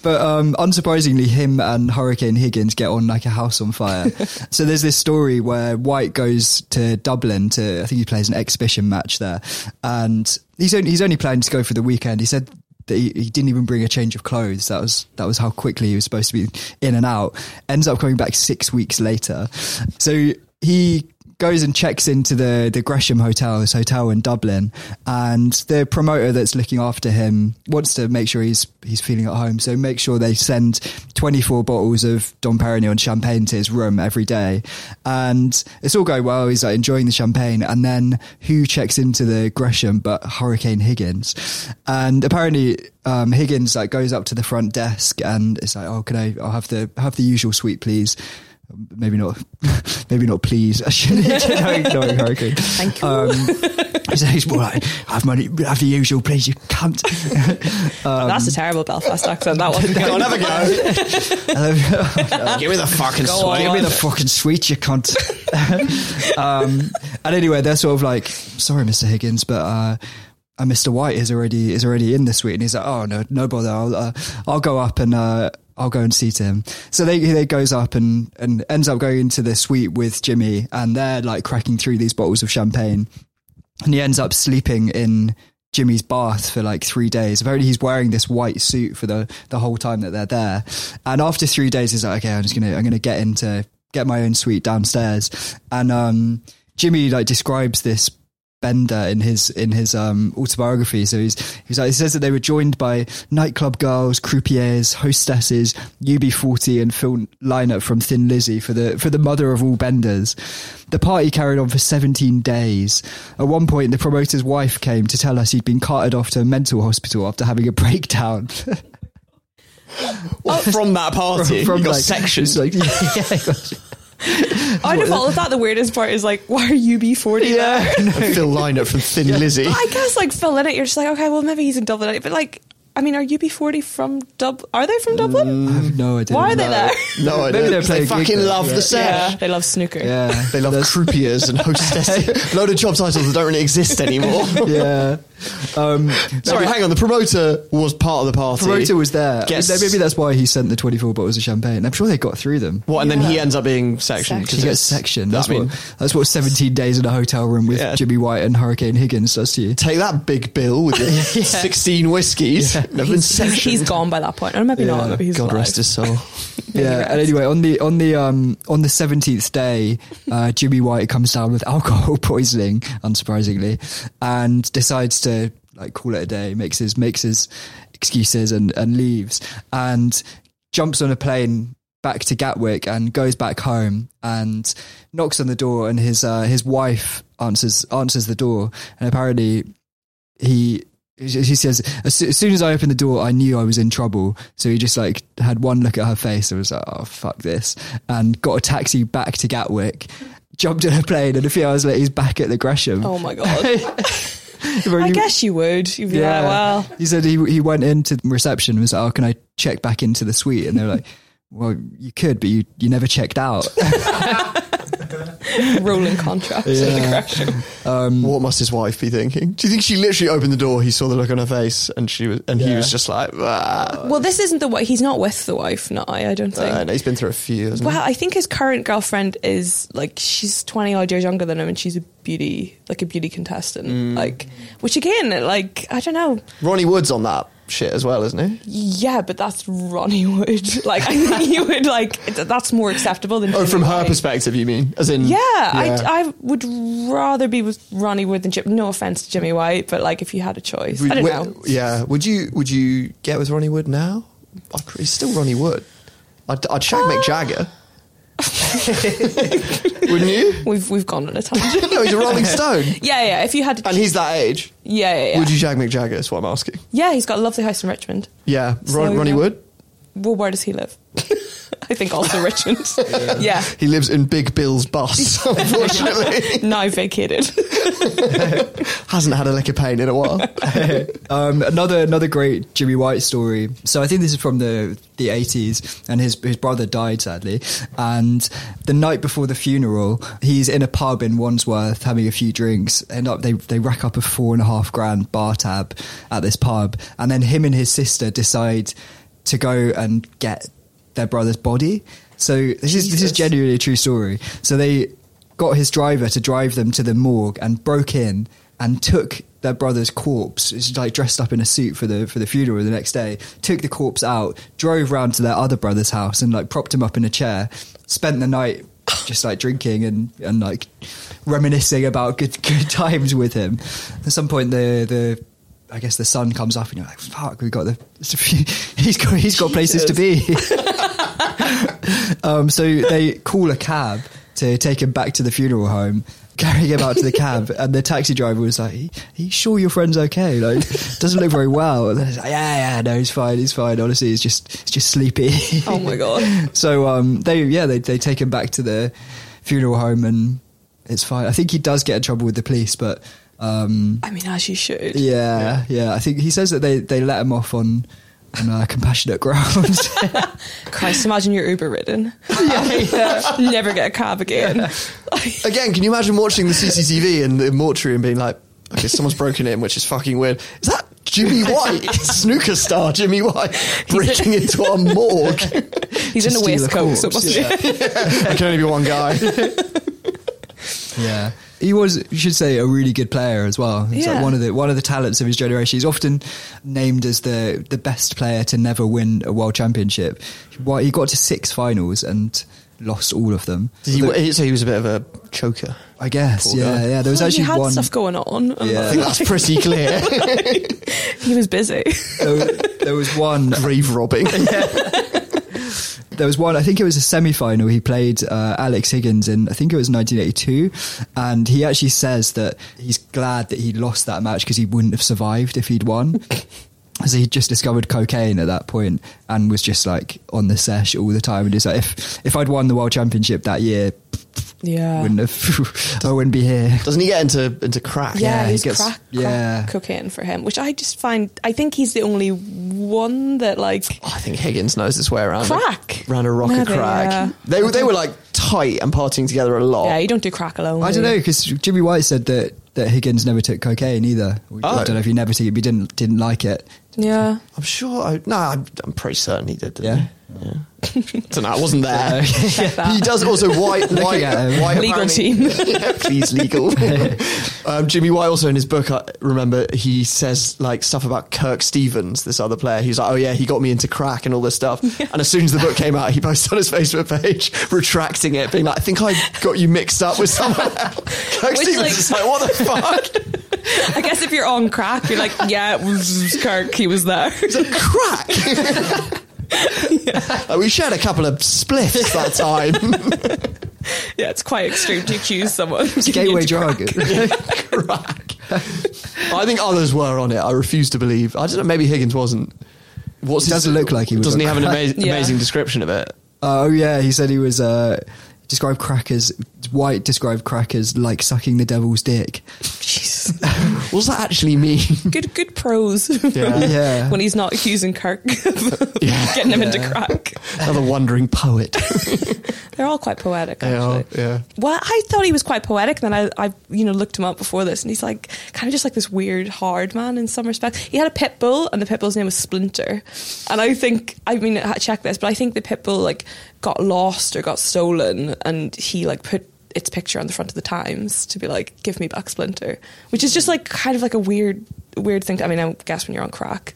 D: But um, unsurprisingly, him and Hurricane Higgins get on like a house on fire. so there's this story where White goes to Dublin to, I think he plays an exhibition match there, and he's only he's only planning to go for the weekend. He said that he, he didn't even bring a change of clothes. That was that was how quickly he was supposed to be in and out. Ends up coming back six weeks later. So he goes and checks into the the Gresham Hotel, this hotel in Dublin, and the promoter that's looking after him wants to make sure he's he's feeling at home. So make sure they send twenty four bottles of Dom Perignon champagne to his room every day, and it's all going well. He's like enjoying the champagne, and then who checks into the Gresham but Hurricane Higgins, and apparently um, Higgins like goes up to the front desk and it's like, oh, can I? I'll have the have the usual suite, please maybe not, maybe not please. I shouldn't no, no, hurricane. Thank you. Um, so he's more like, have my, have the usual, please, you cunt. Um,
E: That's a terrible Belfast accent. That wasn't good.
A: Have a go. Give me the fucking
E: Go
A: sweet.
E: on.
D: Give me the fucking sweet, you cunt. um, and anyway, they're sort of like, sorry, Mr. Higgins, but, uh, uh, Mr. White is already is already in the suite, and he's like, "Oh no, no bother. I'll uh, I'll go up and uh, I'll go and see to him." So they they goes up and and ends up going into the suite with Jimmy, and they're like cracking through these bottles of champagne, and he ends up sleeping in Jimmy's bath for like three days. Apparently, he's wearing this white suit for the the whole time that they're there. And after three days, he's like, "Okay, I'm just gonna I'm gonna get into get my own suite downstairs." And um, Jimmy like describes this Bender in his in his um, autobiography. So he's he's like he says that they were joined by nightclub girls, croupiers, hostesses, UB40, and film lineup from Thin Lizzy for the for the mother of all Benders. The party carried on for 17 days. At one point, the promoter's wife came to tell us he'd been carted off to a mental hospital after having a breakdown.
A: Well, from that party, you got
D: like-
A: sections.
D: it's like- yeah, he got-
E: Out of all of that, the weirdest part is like, why are you B40 there?
A: Phil Lynott from Thin Lizzy.
E: I guess like Phil in it, you're just like, okay, well maybe he's in Dublin, but like, I mean, are UB40 from Dub? Are they from Dublin?
D: I have no idea.
E: Why are they
D: No.
E: there?
A: No,
D: Maybe
A: I don't.
D: they're
A: They
D: playing
A: fucking
D: gig,
A: love
D: yeah.
A: the sesh.
E: they love snooker.
D: Yeah.
A: They love croupiers and hostesses. Load of job titles that don't really exist anymore.
D: yeah. Um,
A: Sorry, hang on. The promoter was part of the party.
D: Promoter was there.
A: Gets-
D: Maybe that's why he sent the 24 bottles of champagne. I'm sure they got through them.
A: What, and then he ends up being sectioned
D: She gets
A: it's-
D: sectioned. That's
A: I mean,
D: what. That's what. Seventeen days in a hotel room with
A: Yeah.
D: Jimmy White and Hurricane Higgins does to you.
A: Take that big bill with your 16 whiskies. Never been
E: He's,
A: sectioned.
E: he's gone by that point, or maybe not.
D: Yeah.
E: Maybe he's
A: God
E: alive.
A: rest his soul.
D: Yeah. And anyway, on the on the um on the seventeenth day, uh, Jimmy White comes down with alcohol poisoning, unsurprisingly, and decides to like call it a day. Makes his makes his excuses and and leaves and jumps on a plane back to Gatwick and goes back home and knocks on the door and his uh, his wife answers answers the door and apparently he she says as, soo- as soon as I opened the door I knew I was in trouble so he just like had one look at her face and was like oh fuck this and got a taxi back to Gatwick jumped on a plane and a few hours later he's back at the Gresham
E: Oh my god. I guess you would. You'd be like, well,
D: he said he he went into the reception and was like, "Oh, can I check back into the suite?" And they were like, "Well, you could, but you you never checked out."
E: rolling contracts with the correction.
A: What must his wife be thinking? Do you think she literally opened the door? He saw the look on her face, and she was, and he
D: Yeah.
A: was just like, ah.
E: Well, this isn't the wife. He's not with the wife now. I don't think.
A: Uh, no, he's been through a few. Hasn't
E: Well, I think his current girlfriend is like she's twenty odd years younger than him, and she's a beauty, like a beauty contestant, like which again, like I don't know,
A: he? Ronnie Wood's on that shit as well, isn't he?
E: yeah, but that's Ronnie Wood. Like I think you would like th- that's more acceptable than
A: Oh, from her
E: Jimmy White.
A: perspective, you mean? As in,
E: Yeah,
A: Yeah.
E: I, I would rather be with Ronnie Wood than Jim. No offense to Jimmy White, but like if you had a choice, I don't
A: Would-
E: know.
A: Yeah, would you would you get with Ronnie Wood now? I'd- He's still Ronnie Wood. I'd, I'd shag Mick Jagger. Wouldn't you?
E: We've we've gone on a tangent.
A: No, he's a Rolling Stone,
E: yeah, yeah. If you had,
A: and he's that age.
E: yeah, yeah, yeah.
A: Would you shag Mick Jagger? Is what I'm asking.
E: yeah, he's got a lovely house in Richmond.
A: Yeah, Ron,
E: So,
A: Ronnie
E: yeah.
A: Wood.
E: Well, where does he live? I think also Richmond. yeah.
A: He lives in Big Bill's bus. Unfortunately,
E: now vacated.
A: hasn't had a lick of pain in a while.
D: um, another another great Jimmy White story. So I think this is from the the eighties, and his his brother died sadly. And the night before the funeral, he's in a pub in Wandsworth having a few drinks. End up they they rack up a four and a half grand bar tab at this pub, and then him and his sister decide to go and get their brother's body. So this is this is genuinely a true story. So they got his driver to drive them to the morgue and broke in and took their brother's corpse. It's like dressed up in a suit for the for the funeral the next day. Took the corpse out, drove round to their other brother's house and like propped him up in a chair. Spent the night just like drinking and, and like reminiscing about good good times with him. At some point the the I guess the sun comes up and you're like, fuck, we got the he's got he's got places to be. Um, so they call a cab to take him back to the funeral home, carrying him out to the cab, and the taxi driver was like, "Are you sure your friend's okay? Like, doesn't look very well." And then he's like, "Yeah, yeah, no, he's fine, he's fine. Honestly, he's just, he's just sleepy."
E: Oh my God.
D: so um, they, yeah, they they take him back to the funeral home, and it's fine. I think he does get in trouble with the police, but um,
E: I mean, as you should.
D: yeah, yeah, I think he says that they they let him off on on uh, compassionate grounds.
E: Christ, imagine you're Uber ridden. Never get a cab again.
A: Again, can you imagine watching the CCTV in the mortuary and being like, okay, someone's broken in, which is fucking weird. Is that Jimmy White, snooker star Jimmy White, breaking into our morgue?
E: He's in a
D: steal a
E: waistcoat, so it
D: corpse,
E: must be.
A: There can only be one guy.
D: Yeah. He was, you should say, a really good player as well. He's like
E: Yeah.
D: one of the one of the talents of his generation. He's often named as the the best player to never win a world championship. Why he got to six finals and lost all of them.
A: Did he, so he was a bit of a choker.
D: I guess,
A: Poor
D: yeah,
A: guy.
D: yeah. There was
E: Well,
D: actually
E: he had
D: one.
E: stuff going on.
D: Yeah.
A: I think that's pretty clear.
E: he was busy.
D: there, there was one
A: Grave robbing.
D: there was one. I think it was a semi-final. He played uh, Alex Higgins in. I think it was 1982, and he actually says that he's glad that he lost that match because he wouldn't have survived if he'd won. So he just discovered cocaine at that point and was just like on the sesh all the time. And just like, if if I'd won the world championship that year,
E: Yeah.
D: wouldn't have. I wouldn't be here.
A: Doesn't he get into into crack?
E: yeah,
D: Yeah, he
E: he's
D: gets-
E: crack, crack
D: yeah.
E: cocaine for him, which I just find. I think he's the only one that like
A: Oh, I think Higgins knows his way around.
E: crack. uh,
A: Ran a rocker
E: Maybe,
A: crack.
E: yeah.
A: They were- they were like tight and partying together a lot.
E: Yeah, you don't do crack alone.
D: Oh. I
E: do
D: don't
E: you?
D: know because Jimmy White said that, that Higgins never took cocaine either.
A: Oh.
D: I don't know if he never took it, but he didn't didn't like it.
E: Yeah,
A: I'm sure. I, no, I'm, I'm pretty certain he did. Didn't
D: Yeah.
A: He? yeah. Don't know. I wasn't there.
E: check that.
A: He does also white, white,
D: at him.
A: white
E: Legal
A: apparently-
E: team.
A: yeah, please legal. um, Jimmy White also in his book, I remember he says like stuff about Kirk Stevens, this other player. He's like, oh yeah, he got me into crack and all this stuff. And as soon as the book came out, he posted on his Facebook page retracting it, being like, I think I got you mixed up with someone. else." Kirk
E: Which,
A: Stevens
E: like-
A: is like, what the fuck?
E: I guess if you're on crack, you're like, yeah, it was Kirk, he was there.
A: crack. Like, we shared a couple of spliffs that time.
E: yeah, it's quite extreme to accuse someone. of
D: It's a
E: getting
D: gateway
E: into crack.
D: drug.
A: crack. I think others were on it. I refuse to believe. I don't know. Maybe Higgins wasn't. What's
D: It doesn't look like he was on
A: Doesn't he have an ama-
D: crack.
E: Yeah.
A: amazing description of it?
D: Oh yeah, he said he was uh, described crack as White described crack as like sucking the devil's dick.
E: Jesus.
A: What does that actually mean?
E: Good, good prose.
A: Yeah.
D: Yeah.
E: when he's not accusing Kirk of getting him into crack.
A: Another wandering poet.
E: They're all quite poetic,
A: They are,
E: actually.
A: yeah.
E: Well, I thought he was quite poetic, and then I, I, you know, looked him up before this, and he's like kind of just like this weird, hard man in some respects. He had a pit bull, and the pit bull's name was Splinter. And I think, I mean, I check this, but I think the pit bull like got lost or got stolen, and he like put its picture on the front of the Times to be like, "Give me back Splinter," which is just like kind of like a weird, weird thing. To, I mean, I guess when you're on crack,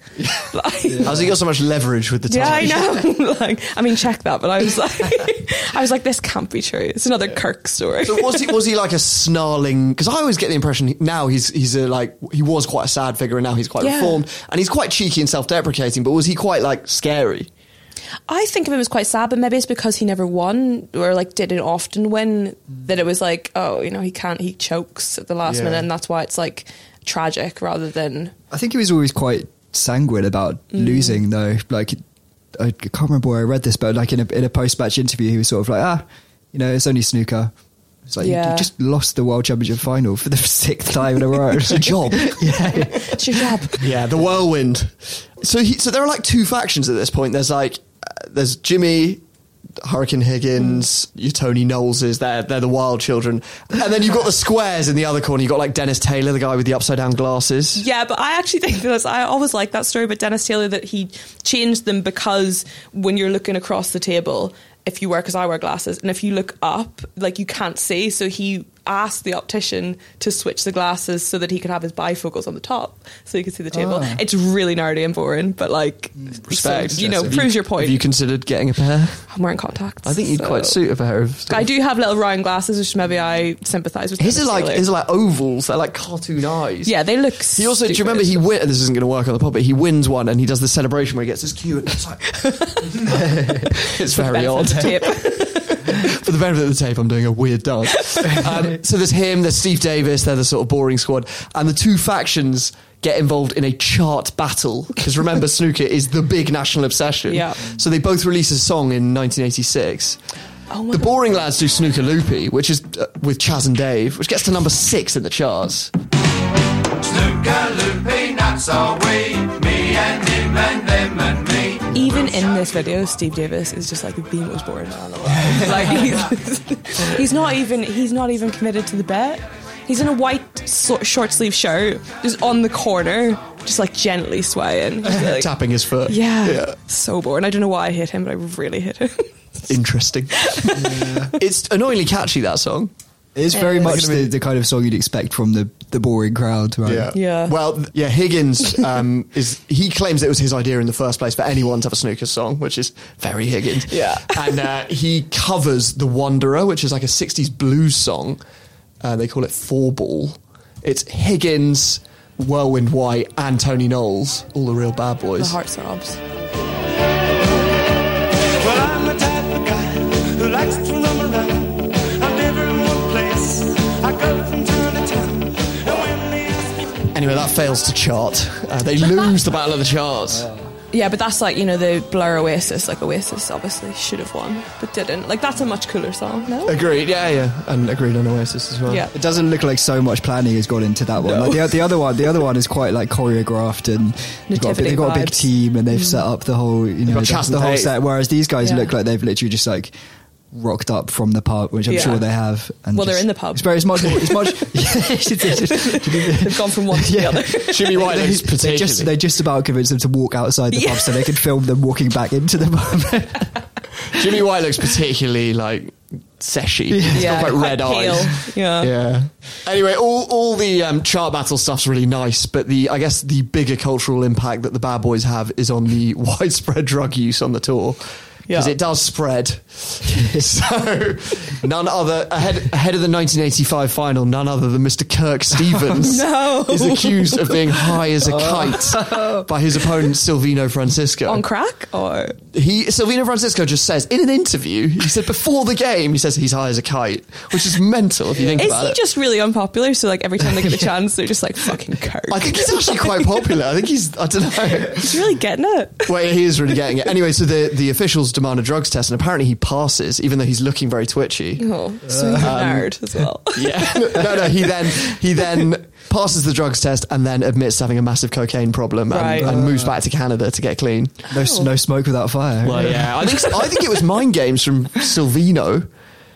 E: Like-
A: How's he got so much leverage with the time?
E: yeah, I know. like, I mean, check that. But I was like, I was like, this can't be true. It's another Kirk story.
A: So was he was he like a snarling? Because I always get the impression he- now he's he's a like he was quite a sad figure and now he's quite
E: Yeah.
A: reformed and he's quite cheeky and self deprecating. But was he quite like scary?
E: I think of him as quite sad, but maybe it's because he never won or like didn't often win that it was like, oh, you know, he can't. He chokes at the last
A: Yeah.
E: minute, and that's why it's like tragic rather than
D: I think he was always quite sanguine about
A: Mm.
D: losing though. Like I can't remember where I read this, but like in a in a post match interview, he was sort of like, ah, you know, it's only snooker. It's like you- you,
E: Yeah.
D: just lost the world championship final for the sixth time in a row. it's a job. Yeah.
E: it's your job.
A: Yeah, the whirlwind. So he, so there are like two factions at this point. There's like uh, there's Jimmy, Hurricane Higgins, your Tony Knowleses. They're they're the wild children, and then you've got the squares in the other corner. You've got like Dennis Taylor, the guy with the upside down glasses.
E: Yeah, but I actually think that I always like that story about Dennis Taylor that he changed them because when you're looking across the table, if you wear, because I wear glasses, and if you look up, like you can't see. So he asked the optician to switch the glasses so that he could have his bifocals on the top so he could see the table. It's really nerdy and boring, but like,
A: Ah. Mm, Respect.
E: so, you know,
A: Have
E: proves your point.
A: Have you considered getting a pair?
E: I'm wearing contacts.
A: I think you'd
E: so-
A: quite suit a pair of.
E: I do have little round glasses, which maybe I sympathise with.
A: His are
E: Dennis
A: like
E: Taylor.
A: his are like ovals. They're like cartoon eyes.
E: yeah, they look.
A: He also, do you remember he win? This isn't going to work on the pod, but he wins one and he does the celebration where he gets his cue and it's like, it's very odd. for the benefit of the tape, I'm doing a weird dance. Um, so there's him, there's Steve Davis, they're the sort of boring squad, and the two factions get involved in a chart battle because remember, snooker is the big national obsession.
E: Yeah.
A: So they both release a song in 1986.
E: Oh my
A: the
E: God.
A: boring lads do Snooker Loopy, which is uh, with Chaz and Dave, which gets to number six in the charts.
E: Even in this video, Steve Davis is just like the most boring man alive. Like he's, he's not even he's not even committed to the bet. He's in a white so- short sleeve shirt, just on the corner, just like gently swaying. He's like-
A: Tapping his foot.
E: yeah, so boring. I don't know why I hate him, but I really hate him.
A: Interesting. it's annoyingly catchy, that song.
D: It's
E: It
D: very
E: is.
D: much the, the kind of song you'd expect from the, the boring crowd, right?
A: Yeah.
E: Yeah.
A: Well, th- yeah, Higgins um, is he claims it was his idea in the first place for anyone to have a snooker song, which is very Higgins.
E: Yeah.
A: And uh, he covers The Wanderer, which is like a 60s blues song. Uh, they call it Four Ball. It's Higgins, Whirlwind White, and Tony Knowles, all the real bad
E: The
A: boys.
E: heart sobs.
F: Well, I'm the type of guy who likes to roam around. I'm never in one place. I go from town to town. And when they ask me
A: Anyway, that fails to chart. Uh, they lose the battle of the charts.
E: Yeah, but that's like, you know, the Blur Oasis. Like, Oasis obviously should have won, but didn't. Like, that's a much cooler song, no?
A: Agreed, yeah, yeah, and agreed on Oasis as well.
E: Yeah.
D: It doesn't look like so much planning has gone into that one. Like the, the other one, the other one is quite like choreographed and they've got, a big,
E: Nativity
D: they've got a big
E: vibes.
D: team and they've set up the whole, you know,
A: got
D: that's
A: Chapman
D: the whole
A: Tate.
D: set. Whereas these guys
E: Yeah.
D: look like they've literally just like rocked up from the pub, which I'm
E: Yeah.
D: sure they have. And
E: Well, they're
D: just-
E: in the pub.
D: It's very it's much. It's much. They've
E: They've gone from one to the other.
A: Jimmy White
D: they,
A: looks
D: they
A: particularly.
D: just they just about convinced them to walk outside the
E: Yeah.
D: pub so they can film them walking back into the pub.
A: Jimmy White looks particularly like seshy. He's got quite red
E: pale.
A: eyes.
E: Yeah.
A: Yeah. Anyway, all, all the um, chart battle stuff's really nice, but the I guess the bigger cultural impact that the Bad Boys have is on the widespread drug use on the tour. Because
E: Yeah.
A: it does spread. so, none other, ahead, ahead of the 1985 final, none other than Mr. Kirk Stevens
E: No.
A: is accused of being high as a kite by his opponent, Silvino Francisco
E: On crack or
A: he Silvino Francisco just says in an interview, he said before the game, he says he's high as a kite, which is mental if you think
E: is
A: about
E: he
A: it.
E: just really unpopular? So like every time they get a chance, they're just like fucking Kirk.
A: I think he's actually quite popular. I think he's I don't know.
E: he's really getting it.
A: Well, he is really getting it. Anyway, so the, the officials demand a drugs test, and apparently he passes, even though he's looking very twitchy.
E: Oh, so he's a nerd as well.
A: Um, Yeah. no, no, he then he then passes the drugs test and then admits to having a massive cocaine problem and,
E: Right. Uh.
A: and moves back to Canada to get clean.
D: no, s- no smoke without fire.
A: yeah. I think I think it was mind games from Silvino.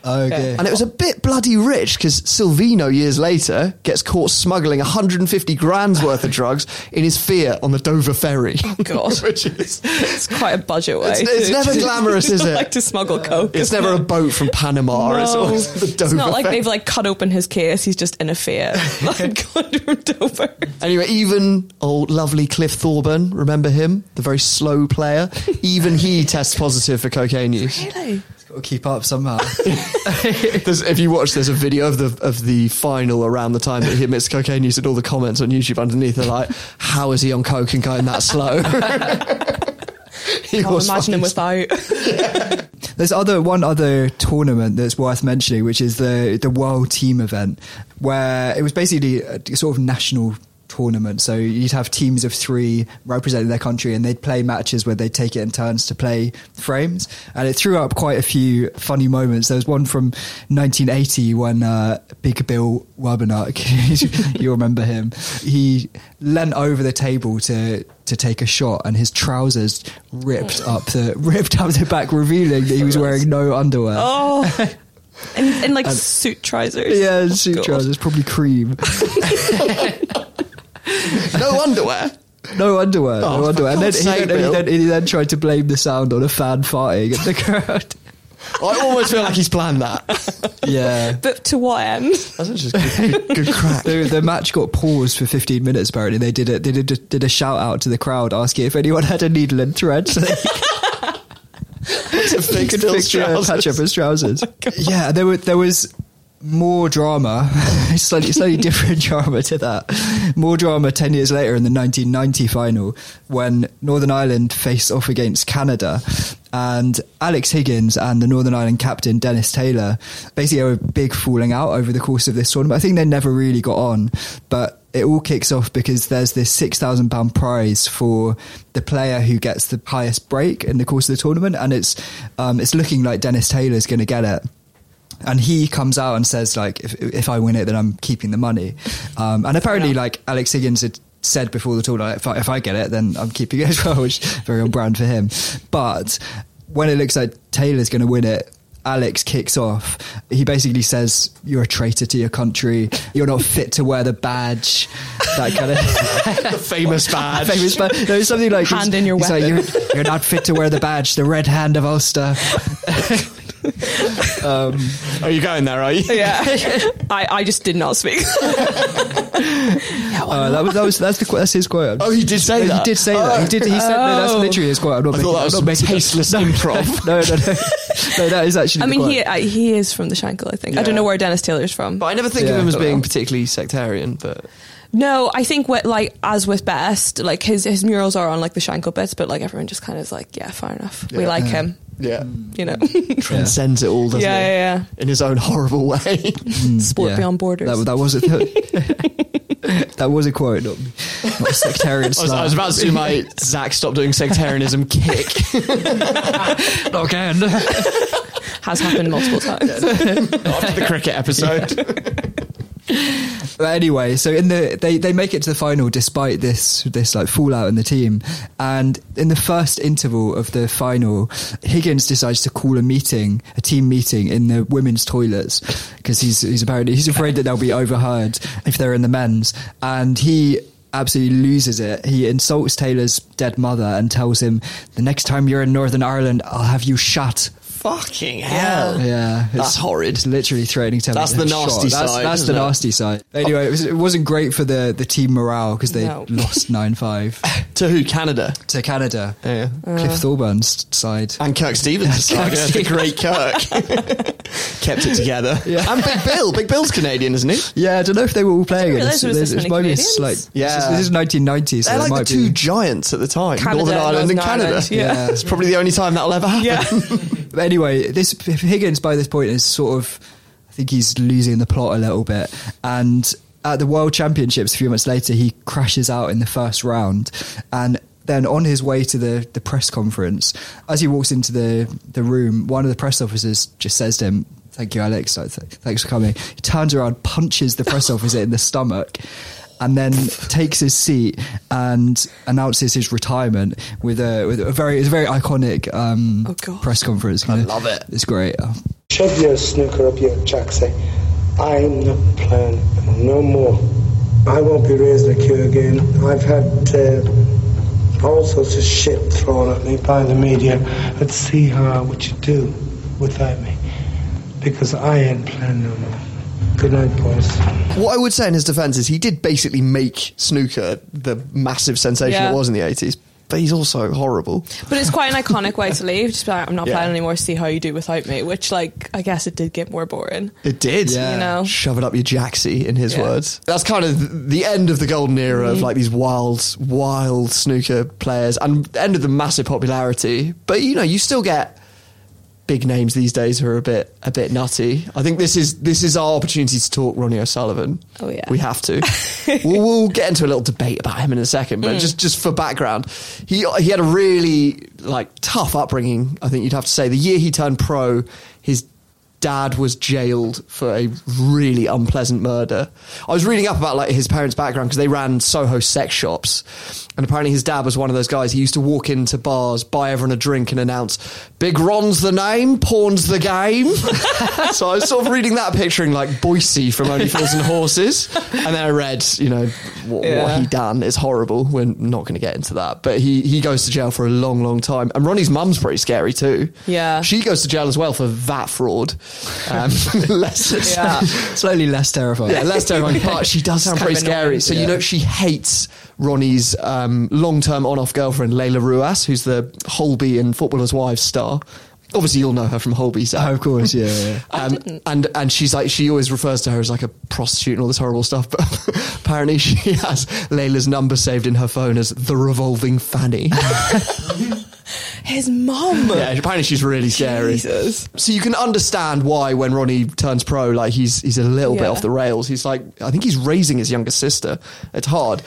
D: Oh, Okay.
A: And it was a bit bloody rich because Silvino, years later, gets caught smuggling 150 grand's worth of drugs in his Fiat on the Dover ferry. Oh,
E: God.
A: Which is.
E: It's quite a budget way.
A: It's- it's
E: to-
A: never glamorous, is it?
E: Like to smuggle coke.
A: It's never a boat from Panama. It's
E: No.
A: always the Dover
E: It's not like
A: ferry.
E: they've like cut open his case. He's just in a fear, like going from Dover.
A: Anyway, even old lovely Cliff Thorburn, remember him? The very slow player. Even he tests positive for cocaine use.
E: Really?
D: Got to keep up somehow.
A: There's, if you watch, there's a video of the of the final around the time that he admits cocaine use, and all the comments on YouTube underneath are like, "How is he on coke and going that slow?" he
E: Can't imagine him
A: fucking-
E: without.
D: There's other one other tournament that's worth mentioning, which is the the World Team event, where it was basically a sort of national tournament. So you'd have teams of three representing their country, and they'd play matches where they'd take it in turns to play frames. And it threw up quite a few funny moments. There was one from 1980 when uh, Big Bill Werbenuck, you remember him, he leant over the table to to take a shot, and his trousers ripped
A: Hmm.
D: up the ripped up the back, revealing that he was wearing no underwear.
E: Oh, and, and like suit trousers.
D: Yeah,
E: Oh,
D: and suit
E: God.
D: trousers, probably cream.
A: No underwear.
D: No underwear,
A: Oh,
D: no
A: for
D: underwear. And then,
A: God's
D: he, then,
A: sake,
D: and he,
A: Bill.
D: then, he then tried to blame the sound on a fan farting at the crowd.
A: I almost feel like he's planned that.
D: Yeah.
E: But to what end?
A: That's just good, good, good crack.
D: The, the match got paused for 15 minutes. Apparently, they did it. They did a, did a shout out to the crowd asking if anyone had a needle and thread so they
A: To
D: They
A: fix
D: could
A: Bill's
D: fix your
A: trousers.
D: patch up his trousers. yeah, there were there was more drama, slightly slightly different drama to that. More drama ten years later in the 1990 final when Northern Ireland faced off against Canada, and Alex Higgins and the Northern Ireland captain Dennis Taylor basically had a big falling out over the course of this tournament. I think they never really got on, but it all kicks off because there's this six thousand pound prize for the player who gets the highest break in the course of the tournament, and it's um, it's looking like Dennis Taylor's going to get it. And he comes out and says, like, if, if I win it, then I'm keeping the money. Um, and apparently, like Alex Higgins had said before the tournament, if I, if I get it, then I'm keeping it as well, which is very on brand for him. But when it looks like Taylor's going to win it, Alex kicks off. He basically says, "You're a traitor to your country. You're not fit to wear the badge." That kind of
A: The famous badge.
D: famous badge. No, it's something like
E: Hand in your
D: he's like,
E: weapon.
D: you're, you're not fit to wear the badge, the red hand of Ulster.
A: um, oh, you're going there, are you?
E: Yeah. I, I just did not speak.
D: Uh, that was that was that's the qu- that's his quote.
A: Oh, he did say
D: No,
A: that.
D: He did say
A: Oh.
D: that. He did. He said no, that's
E: Oh.
D: literally his quote. I'm not
A: I
D: making,
A: thought that was
D: I'm
A: some
D: not making
A: tasteless improv.
D: No, no, no, no. That is actually.
E: I
D: the
E: mean,
D: quote.
E: he I, he is from the Shankill, I think. I don't know where Dennis Taylor's from.
A: But I never think of
D: Yeah.
A: him as being particularly sectarian. But
E: No, I think what like as with Best, like his his murals are on like the Shankill bits, but like everyone just kind of is like, yeah, fair enough. We like him,
A: yeah,
E: you know.
A: transcends it all, doesn't
E: yeah,
A: it?
E: yeah,
A: In his own horrible way.
E: yeah. Sport
D: Yeah.
E: beyond borders.
D: That, that was a that, was a quote, not, not a sectarian
A: I was, I was about to do my Zach, stop doing sectarianism kick.
D: about again.
E: has happened multiple times.
A: after the cricket episode.
D: But anyway, so in the they, they make it to the final despite this this like fallout in the team, and in the first interval of the final, Higgins decides to call a meeting, a team meeting in the women's toilets because he's he's apparently he's afraid that they'll be overheard if they're in the men's, and he absolutely loses it. He insults Taylor's dead mother and tells him, "The next time you're in Northern Ireland, I'll have you shot."
A: Fucking hell.
D: Oh. Yeah,
A: That's horrid.
D: It's literally threatening to. have
A: That's
D: it
A: the
D: shot.
A: nasty
D: that's,
A: side,
D: That's the
A: isn't it?
D: nasty side. Anyway, it, was, it wasn't great for the the team morale because they
E: No.
D: lost nine five
A: To who? Canada.
D: to Canada.
A: Yeah.
E: Uh.
D: Cliff Thorburn's side.
A: And Kirk Stevens.
D: Yeah, Kirk
A: Yeah, the great Kirk. Kept it together. And Big Bill. Big Bill's Canadian, isn't he?
D: Yeah, I don't know if they were all playing.
E: realise
D: This,
E: there was
D: this,
E: this
D: this
E: many
D: might be a
E: Canadians.
D: slight-
A: Yeah.
D: this is- this is nineteen ninety, so
A: They're
D: it
A: like the
D: might
A: two
D: be.
A: giants at the time
E: Canada
A: Northern
E: and
A: Ireland and
E: Northern
A: Canada.
E: Ireland, yeah.
A: It's probably the only time that'll ever happen.
E: yeah.
D: But anyway, this Higgins by this point is sort of, I think he's losing the plot a little bit. And at the World Championships a few months later, he crashes out in the first round. And then on his way to the, the press conference, as he walks into the, the room, one of the press officers just says to him, Thank you, Alex. Like, th- Thanks for coming. He turns around, punches the press officer in the stomach, and then takes his seat and announces his retirement with a, with a very, it's a very iconic um,
E: Oh, God.
D: press conference. I
A: love it.
D: It's great. Oh,
C: Shove your snooker up your jacksie. I'm not playing no more. I won't be raising a queue again. I've had uh, all sorts of shit thrown at me by the media. Let's see how what you do without me, because I ain't playing no more. Good night, boys.
A: What I would say in his defence is he did basically make snooker the massive sensation
E: Yeah.
A: it was in the 80s, but he's also horrible.
E: But it's quite an iconic way to leave. Just be like, I'm not
A: Yeah.
E: playing anymore. See how you do without me. Which, like, I guess it did get more boring.
A: It did.
D: Yeah.
E: You know.
A: Shove it up your jacksie, in his
E: Yeah. Mm.
A: words. That's kind of the end of the golden era of like these wild, wild snooker players and the end of the massive popularity. But you know, you still get big names these days who are a bit a bit nutty. I think this is this is our opportunity to talk Ronnie O'Sullivan.
E: Oh, yeah.
A: We have to. we'll, we'll get into a little debate about him in a second,
E: Hmm.
A: but just just for background, he he had a really like tough upbringing, I think you'd have to say. The year he turned pro, his dad was jailed for a really unpleasant murder. I was reading up about like his parents' background because they ran Soho sex shops, and apparently his dad was one of those guys. He used to walk into bars, buy everyone a drink, and announce, "Big Ron's the name, Pawn's the game." so I was sort of reading that, picturing like Boise from Only Fools and Horses, and then I read, you know, what, what
E: Yeah.
A: he done is horrible. We're not going to get into that, but he he goes to jail for a long, long time, and Ronnie's mum's pretty scary too.
E: Yeah.
A: she goes to jail as well for VAT fraud. Um, less,
E: Yeah.
D: Slightly less terrifying.
A: yeah, less terrifying part. She does sound
E: kind
A: pretty
E: of
A: scary.
E: annoying.
A: So you know she hates Ronnie's um, long-term on-off girlfriend Layla Ruas, who's the Holby and Footballers' Wives star. Obviously, you'll know her from Holby. Zach.
D: Oh, of course, yeah, yeah.
A: Um, and and she's like she always refers to her as like a prostitute and all this horrible stuff. But apparently she has Layla's number saved in her phone as the revolving Fanny.
E: His mum.
A: yeah, apparently she's really scary.
E: Jesus.
A: So you can understand why when Ronnie turns pro, like he's he's a little bit
E: Yeah.
A: off the rails. He's like I think he's raising his younger sister. It's hard.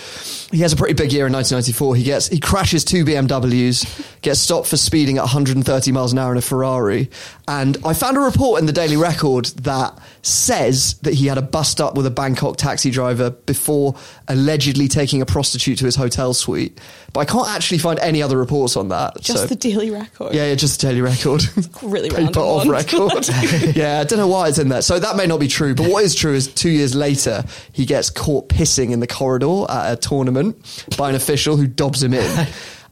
A: He has a pretty big year in 1994. He gets he crashes two BMWs, gets stopped for speeding at 130 miles an hour in a Ferrari, and I found a report in the Daily Record that says that he had a bust up with a Bangkok taxi driver before allegedly taking a prostitute to his hotel suite. But I can't actually find any other reports on that.
E: Just
A: so-
E: the Daily Record.
A: yeah, yeah, just a daily record.
E: Really
A: paper
E: random
A: off
E: one.
A: record. yeah, I don't know why it's in there. So that may not be true, but what is true is two years later he gets caught pissing in the corridor at a tournament by an official who dobs him in.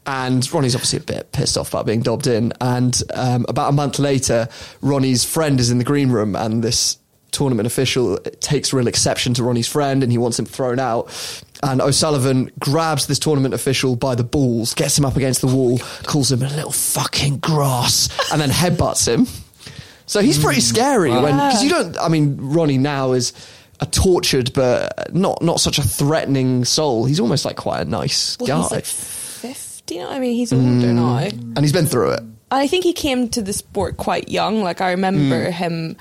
A: And Ronnie's obviously a bit pissed off about being dobbed in. And um, about a month later, Ronnie's friend is in the green room, and this tournament official takes real exception to Ronnie's friend and he wants him thrown out. And O'Sullivan grabs this tournament official by the balls, gets him up against the wall, calls him a little fucking grass, and then headbutts him. So he's
E: Mm.
A: pretty scary when because you don't. I mean, Ronnie now is a tortured but not not such a threatening soul. He's almost like quite a nice
E: Well,
A: guy,
E: he's like 50 now. I mean, he's
A: Mm.
E: older now.
A: and he's been through it.
E: I think he came to the sport quite young. Like I
A: Hmm.
E: remember him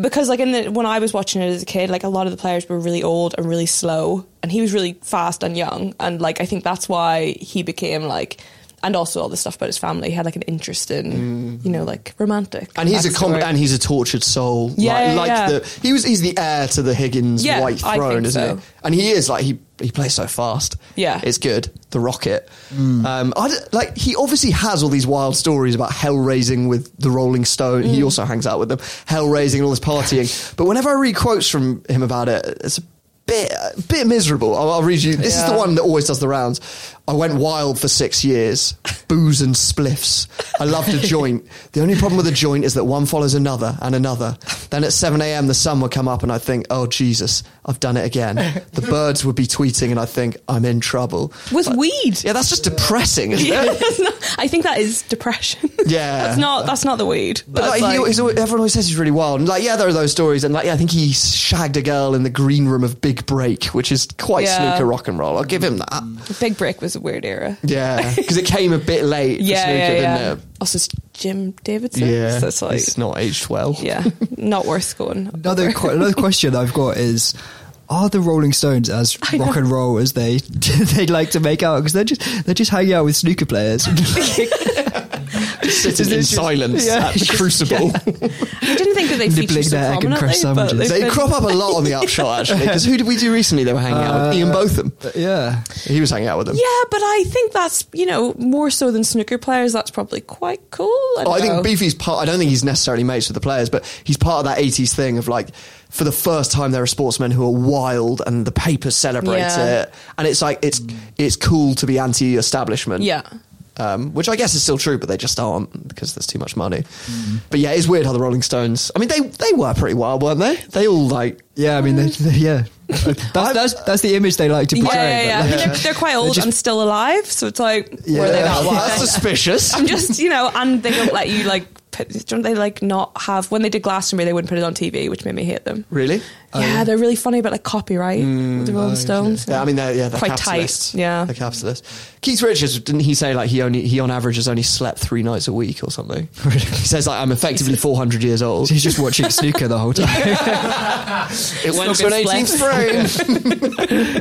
E: because like in the when I was watching it as a kid, like a lot of the players were really old and really slow, and he was really fast and young. And like I think that's why he became like. And also all the stuff about his family. He had like an interest in, you know, like romantic.
A: Hmm. And he's a com-
E: backstory.
A: and he's a tortured soul.
E: Yeah,
A: like,
E: yeah,
A: like
E: yeah.
A: the he was he's the heir to the Higgins
E: Yeah,
A: White
E: I
A: Throne,
E: think
A: isn't
E: so.
A: he? And he is like he he plays so fast.
E: Yeah.
A: it's good. The Rocket. Um, I d- like he obviously has all these wild stories about hell raising with the Rolling Stone.
E: Hmm.
A: He also hangs out with them, hell raising and all this partying. but whenever I read quotes from him about it, it's a bit a bit miserable. I'll, I'll read you. This is the
E: Yeah.
A: one that always does the rounds. I went wild for six years, booze and spliffs. I loved a joint. The only problem with a joint is that one follows another and another. Then at 7 a.m., the sun would come up, and I think, oh, Jesus, I've done it again. The birds would be tweeting, and I think, I'm in trouble.
E: with weed.
A: Yeah, that's just depressing, isn't it?
E: That's not- I think that is depression.
A: Yeah.
E: that's not that's not the weed.
A: But
E: That's
A: like, he,
E: like-
A: he's always, everyone always says he's really wild. And like, yeah, there are those stories. And like, yeah, I think he shagged a girl in the green room of Big Break, which is quite
E: Yeah.
A: snooker rock and roll. I'll give him that.
E: Big Break was a weird era.
A: Yeah, because it came a bit late. for
E: Yeah,
A: snooker,
E: yeah, yeah.
A: didn't it?
E: Also, it's Jim Davidson.
A: uh, Yeah,
E: so it's like
A: it's not aged well.
E: yeah, not worth going.
D: Another que- another question I've got is. Are the Rolling Stones as rock and roll as they they like to make out? Because they're just they're just hanging out with snooker players.
A: sitting in
D: It's just-
A: silence
D: yeah,
A: at the crucible.
E: I didn't think that they
D: Nibbling
E: featured so
D: their egg and
E: prominently.
D: crust
E: but
D: sandwiches.
E: they've
A: They
E: been-
A: crop up a lot on the upshot actually. Because who did we do recently? They were hanging out with Ian Botham.
D: yeah,
A: He was hanging out with them.
E: Uh, Yeah, but I think that's you know more so than snooker players. That's probably quite cool. I,
A: Oh, I
E: don't know.
A: think Beefy's part. I don't think he's necessarily mates with the players, but he's part of that '80s thing of like, for the first time, there are sportsmen who are wild, and the papers celebrate
E: Yeah.
A: it, and it's like it's it's cool to be anti-establishment.
E: Yeah.
A: um, which I guess is still true, but they just aren't because there's too much money.
D: Mm.
A: But yeah, it's weird how the Rolling Stones. I mean, they they were pretty wild, weren't they? They all like
D: yeah. I mean, they, they- yeah. That's, that's that's the image they like to
E: Yeah,
D: portray.
E: yeah, yeah.
D: but,
E: I mean,
D: like,
E: they're, they're quite old
D: just-
E: and still alive, so it's like were they that
A: Well,
E: wild?
A: that's suspicious.
E: I'm just you know, and they don't let you like. Put, don't they like not have when they did Glastonbury? They wouldn't put it on TV, which made me hate them.
A: really?
E: yeah, they're really funny about like copyright. with the Rolling Stones.
A: Mm, oh, Yeah, I mean, they're, yeah, they're
E: quite
A: capitalists.
E: tight. Yeah,
A: they're capitalists. Keith Richards didn't he say like he only he on average has only slept three nights a week or something? he says like I'm effectively 400 years old.
D: He's just watching snooker the whole time.
A: It went to an
E: Smoking
A: 18th brain.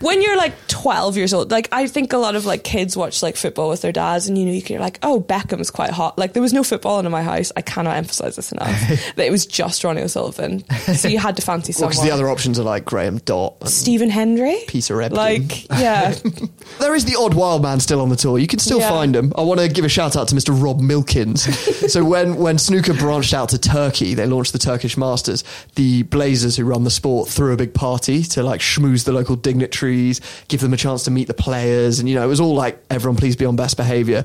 E: when you're like 12 years old like i think a lot of like kids watch like football with their dads and you know you can, you're like oh beckham's quite hot like there was no football in my house i cannot emphasize this enough that it was just ronnie o'sullivan so you had to fancy someone
A: Because the other options are like Graham Dot. and-
E: stephen hendry
A: Peter Ebdon.
E: like yeah
A: There is the odd wild man still on the tour. You can still
E: Yeah.
A: find him. I want to give a shout out to Mr. Rob Milkins. so when when snooker branched out to Turkey, they launched the Turkish Masters. The Blazers, who run the sport, threw a big party to like schmooze the local dignitaries, give them a chance to meet the players, and you know it was all like everyone please be on best behaviour.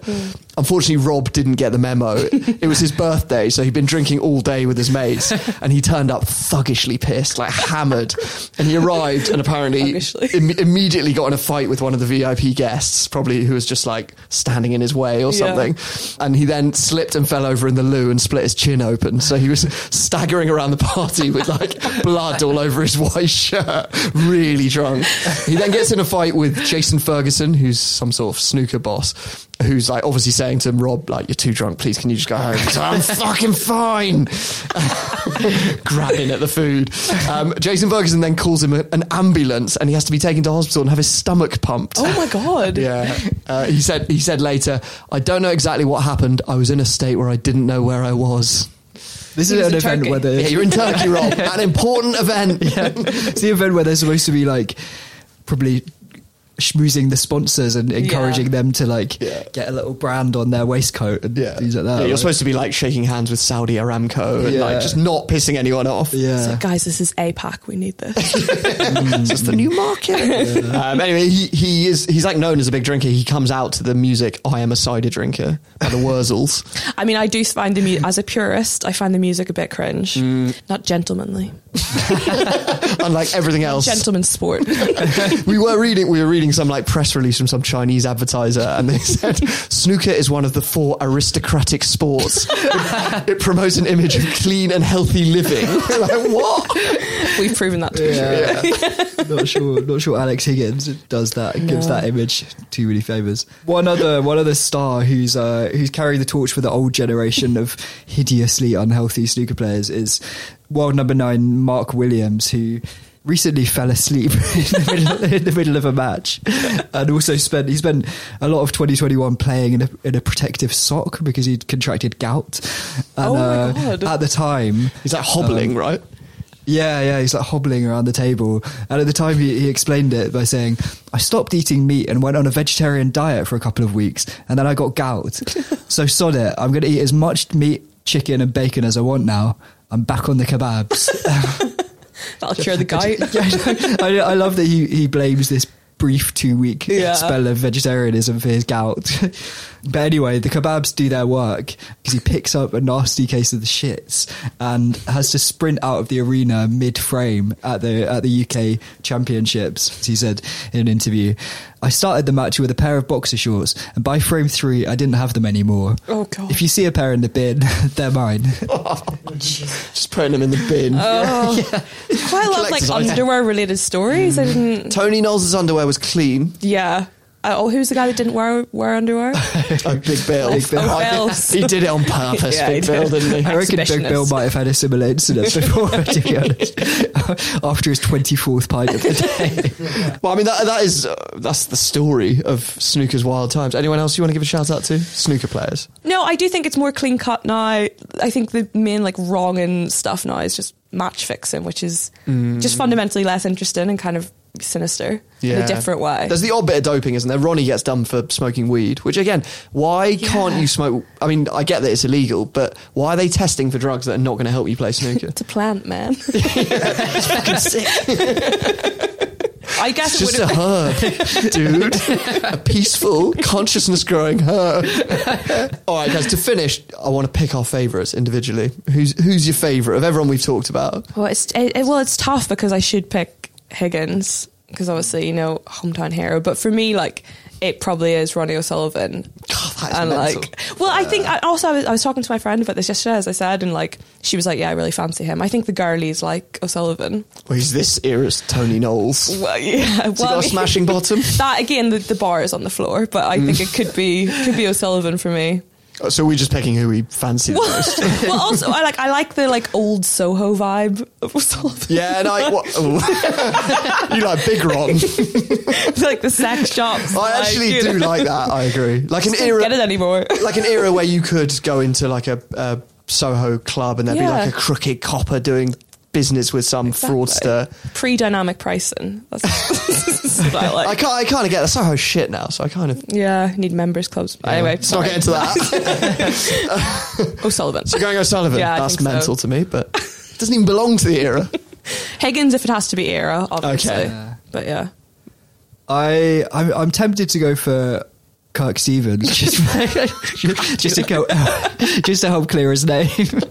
A: Unfortunately, Rob didn't get the memo. it was his birthday, so he'd been drinking all day with his mates, and he turned up thuggishly pissed, like hammered, and he arrived and apparently
E: Thuggishly.
A: im- immediately got in a fight with one of the VIP guests, probably who was just like standing in his way or
E: Yeah.
A: something. And he then slipped and fell over in the loo and split his chin open. So he was staggering around the party with like blood all over his white shirt, really drunk. He then gets in a fight with Jason Ferguson, who's some sort of snooker boss. Who's like obviously saying to him, Rob, like you're too drunk. Please, can you just go home? He's like, I'm fucking fine grabbing at the food. Um, Jason Ferguson then calls him a- an ambulance, and he has to be taken to hospital and have his stomach pumped.
E: oh my god
A: Yeah, uh, he said. He said later, "I don't know exactly what happened. I was in a state where I didn't know where I was."
D: This
E: was
D: is an
E: in
D: event
E: Turkey.
D: where they
A: Yeah, you're in Turkey, Rob. An important event.
D: it's the event where they're supposed to be like probably schmoozing the sponsors and encouraging
E: Yeah.
D: them to like get a little brand on their waistcoat and
A: Yeah.
D: things like that.
A: Yeah, you're
D: like-
A: supposed to be like shaking hands with Saudi Aramco and
D: Yeah.
A: like just not pissing anyone off.
D: yeah.
E: So, guys, this is APAC. We need this.
A: It's just the new market. Um, anyway, he, he is he's like known as a big drinker. He comes out to the music "I Am a Cider Drinker" by the Wurzels.
E: I mean, I do find the mu- as a purist, I find the music a bit cringe,
A: Mm.
E: not gentlemanly.
A: Unlike everything else,
E: Gentleman sport.
A: we were reading we were reading some like press release from some Chinese advertiser, and they said snooker is one of the four aristocratic sports. It, it promotes an image of clean and healthy living. like what?
E: We've proven that to be true.
D: Yeah. not sure. Not sure. Alex Higgins does that. Gives that image too many favors. One other. One other star who's uh, who's carrying the torch for the old generation of hideously unhealthy snooker players is world number nine Mark Williams, who recently fell asleep in the middle, in the middle of a match, and also spent he spent a lot of 2021 playing in a, in a protective sock because he'd contracted gout. And, uh,
E: Oh my God.
D: At the time,
A: He's like hobbling,
E: Um,
A: right?
D: yeah, yeah, he's like hobbling around the table. And at the time, he, he explained it by saying, I stopped eating meat and went on a vegetarian diet for a couple of weeks, and then I got gout. so, sod it, I'm going to eat as much meat, chicken, and bacon as I want now. I'm back on the kebabs.
E: That'll cure the guy.
D: I, I love that he, he blames this brief two week
E: Yeah.
D: spell of vegetarianism for his gout. but anyway, the kebabs do their work because he picks up a nasty case of the shits and has to sprint out of the arena mid frame at the at the UK Championships. He said in an interview, "I started the match with a pair of boxer shorts, and by frame three, I didn't have them anymore.
E: Oh, God.
D: If you see a pair in the bin, they're mine."
A: Just putting him in the bin.
E: Oh. Quite a lot of like
A: Collector's item.
E: underwear related stories. I didn't.
A: Tony Knowles' underwear was clean.
E: Yeah. Uh, oh, who's the guy that didn't wear wear underwear?
A: Oh, Big Bill.
E: Big Bill. Oh, Bills.
A: he did it on purpose,
E: Yeah,
A: Big
E: he
A: Bill,
E: did.
A: didn't he?
D: I reckon Big Bill
E: Exhibitionist.
D: might have had a similar incident before, to be honest. After his 24th pint of the day.
A: Well, I mean, that, that is, uh, that's the story of snooker's wild times. Anyone else you want to give a shout out to? Snooker players.
E: No, I do think it's more clean cut now. I think the main like wrong and stuff now is just match fixing, which is just fundamentally less interesting and kind of sinister in a different way.
A: There's the odd bit of doping, isn't there? Ronnie gets done for smoking weed, which again, why can't you smoke? I mean, I get that it's illegal, but why are they testing for drugs that are not going to help you play snooker?
E: it's a plant, man. I guess it would
A: Just a
E: have
A: herb, dude. a peaceful, consciousness growing herb. All right, guys. To finish, I want to pick our favourites individually. Who's who's your favourite of everyone we've talked about?
E: Well, it's it, it- well, it's tough because I should pick Higgins because obviously you know hometown hero. But for me, like it probably is Ronnie O'Sullivan.
A: that is
E: and
A: mental.
E: like, well, I think I also I was, I was talking to my friend about this yesterday, as I said, and like she was like, yeah, I really fancy him. I think the girlies like O'Sullivan.
A: Well, he's this era's Tony Knowles. Is
E: Well, yeah,
A: he got
E: well, I
A: a
E: mean,
A: smashing bottom?
E: that again, the, the bar is on the floor, but I think it could be could be O'Sullivan for me.
A: Oh, So we're just picking who we fancy the
E: Well,
A: most.
E: well, also I like I like the like old Soho vibe of O'Sullivan.
A: Yeah, no, I, what, oh. you like Big Ron.
E: like the sex shops.
A: I actually
E: you
A: do
E: know.
A: like that. I agree. Like an
E: Don't get it
A: era,
E: anymore.
A: like an era where you could go into like a, a Soho club and there'd be
E: Yeah.
A: like a crooked copper doing business with some fraudster.
E: Pre-dynamic pricing. That's, that's what I like.
A: I can't. I kind of get that Soho shit now, so I kind of.
E: yeah, need members clubs. Anyway, Oh,
A: let's not get into that.
E: O'Sullivan.
A: You're going O'Sullivan.
E: Yeah, I
A: That's
E: think so.
A: mental to me, but it doesn't even belong to the era.
E: Higgins, if it has to be era, obviously.
A: Okay.
E: But yeah,
D: I, I'm, I'm tempted to go for Kirk Stevens just, just, to, go, just to help clear his name.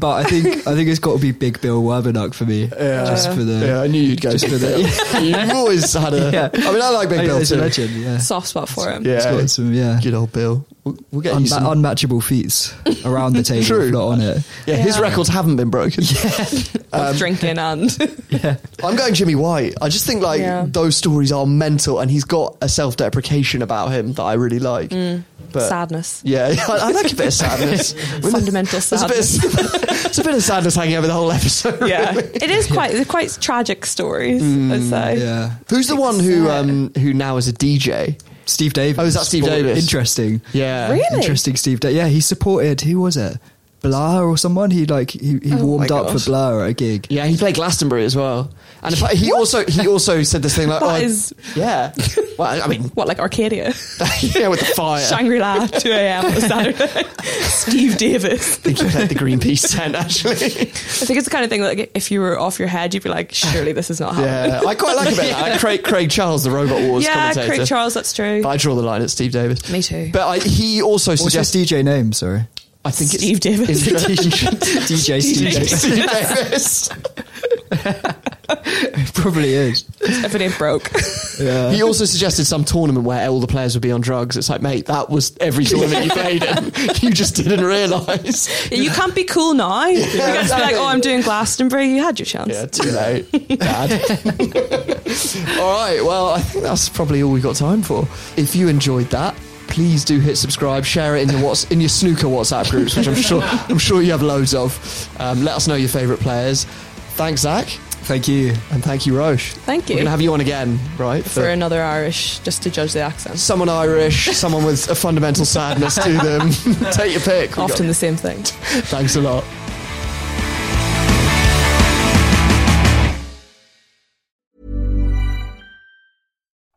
D: But I think I think it's got to be Big Bill Werbenuck for me. Yeah. Just for the
A: Yeah, I knew you'd go to the. You've always had a.
D: Yeah.
A: I mean, I like Big
D: I-
A: Bill
D: he's a
A: too.
D: legend. Yeah,
E: soft spot for him.
A: Yeah.
D: He's got some yeah
A: Good old Bill. We'll, we'll get you
D: unma-
A: some.
D: unmatchable feats around the table,
A: True.
D: if not on it.
A: yeah, his records haven't been broken.
E: Both drinking and
A: I'm going Jimmy White. I just think like
E: Yeah.
A: those stories are mental, and he's got a self-deprecation about him that I really like. But
E: Mm. sadness.
A: Yeah, I, I like a bit of sadness.
E: Fundamental
A: There's a bit of-
E: sadness.
A: it's a bit of sadness hanging over the whole episode.
E: Yeah,
A: really.
E: it is quite they're quite tragic stories. I'd say.
D: Yeah,
A: Who's the one who um who now is a DJ?
D: Steve Davis.
A: Oh, is that Steve Davis?
D: Interesting.
A: Yeah.
E: Really?
D: Interesting, Steve. Da- yeah, he supported. Who was it? Blur or someone. He like he, he warmed
A: Oh my
D: up
A: gosh.
D: for Blur at a gig.
A: Yeah, he played Glastonbury as well, and if I- he also he also said this thing like,
E: That
A: oh,
E: is-
A: yeah, well, I mean,
E: What, like Arcadia?
A: Oh, yeah, with the fire.
E: Shangri La, 2 a.m. on a Saturday. Steve Davis.
A: I think he played the Greenpeace tent actually.
E: I think it's the kind of thing that like, if you were off your head, you'd be like, surely this is not happening.
A: Yeah, I quite like a bit. of that. Craig, Craig Charles, the Robot Wars
E: Yeah,
A: commentator.
E: Craig Charles, that's true.
A: But I draw the line at Steve Davis.
E: Me too.
A: But I, he also
D: What's his
A: suggested.
D: DJ name? Sorry,
A: I think
E: Steve Davis.
A: Is it
D: DJ Steve. Davis.
A: Steve Davis?
D: Probably is.
E: if it ain't broke.
A: He also suggested some tournament where all the players would be on drugs. It's like, mate, that was every tournament you played in. You just didn't realise.
E: Yeah, you can't be cool now. you got to be like, oh, I'm doing Glastonbury. You had your chance.
A: Yeah, too late. Bad. all right. Well, I think that's probably all we've got time for. If you enjoyed that, please do hit subscribe, share it in your what's in your snooker WhatsApp groups, which I'm sure I'm sure you have loads of. Um, let us know your favourite players. Thanks, Zach,
D: Thank you.
A: and thank you, Roche.
E: Thank you.
A: We're gonna have you on again, right?
E: For another Irish, just to judge the accent.
A: someone Irish, someone with a fundamental sadness to them. Take your pick. We've
E: Often
A: got-
E: the same thing.
A: Thanks a lot.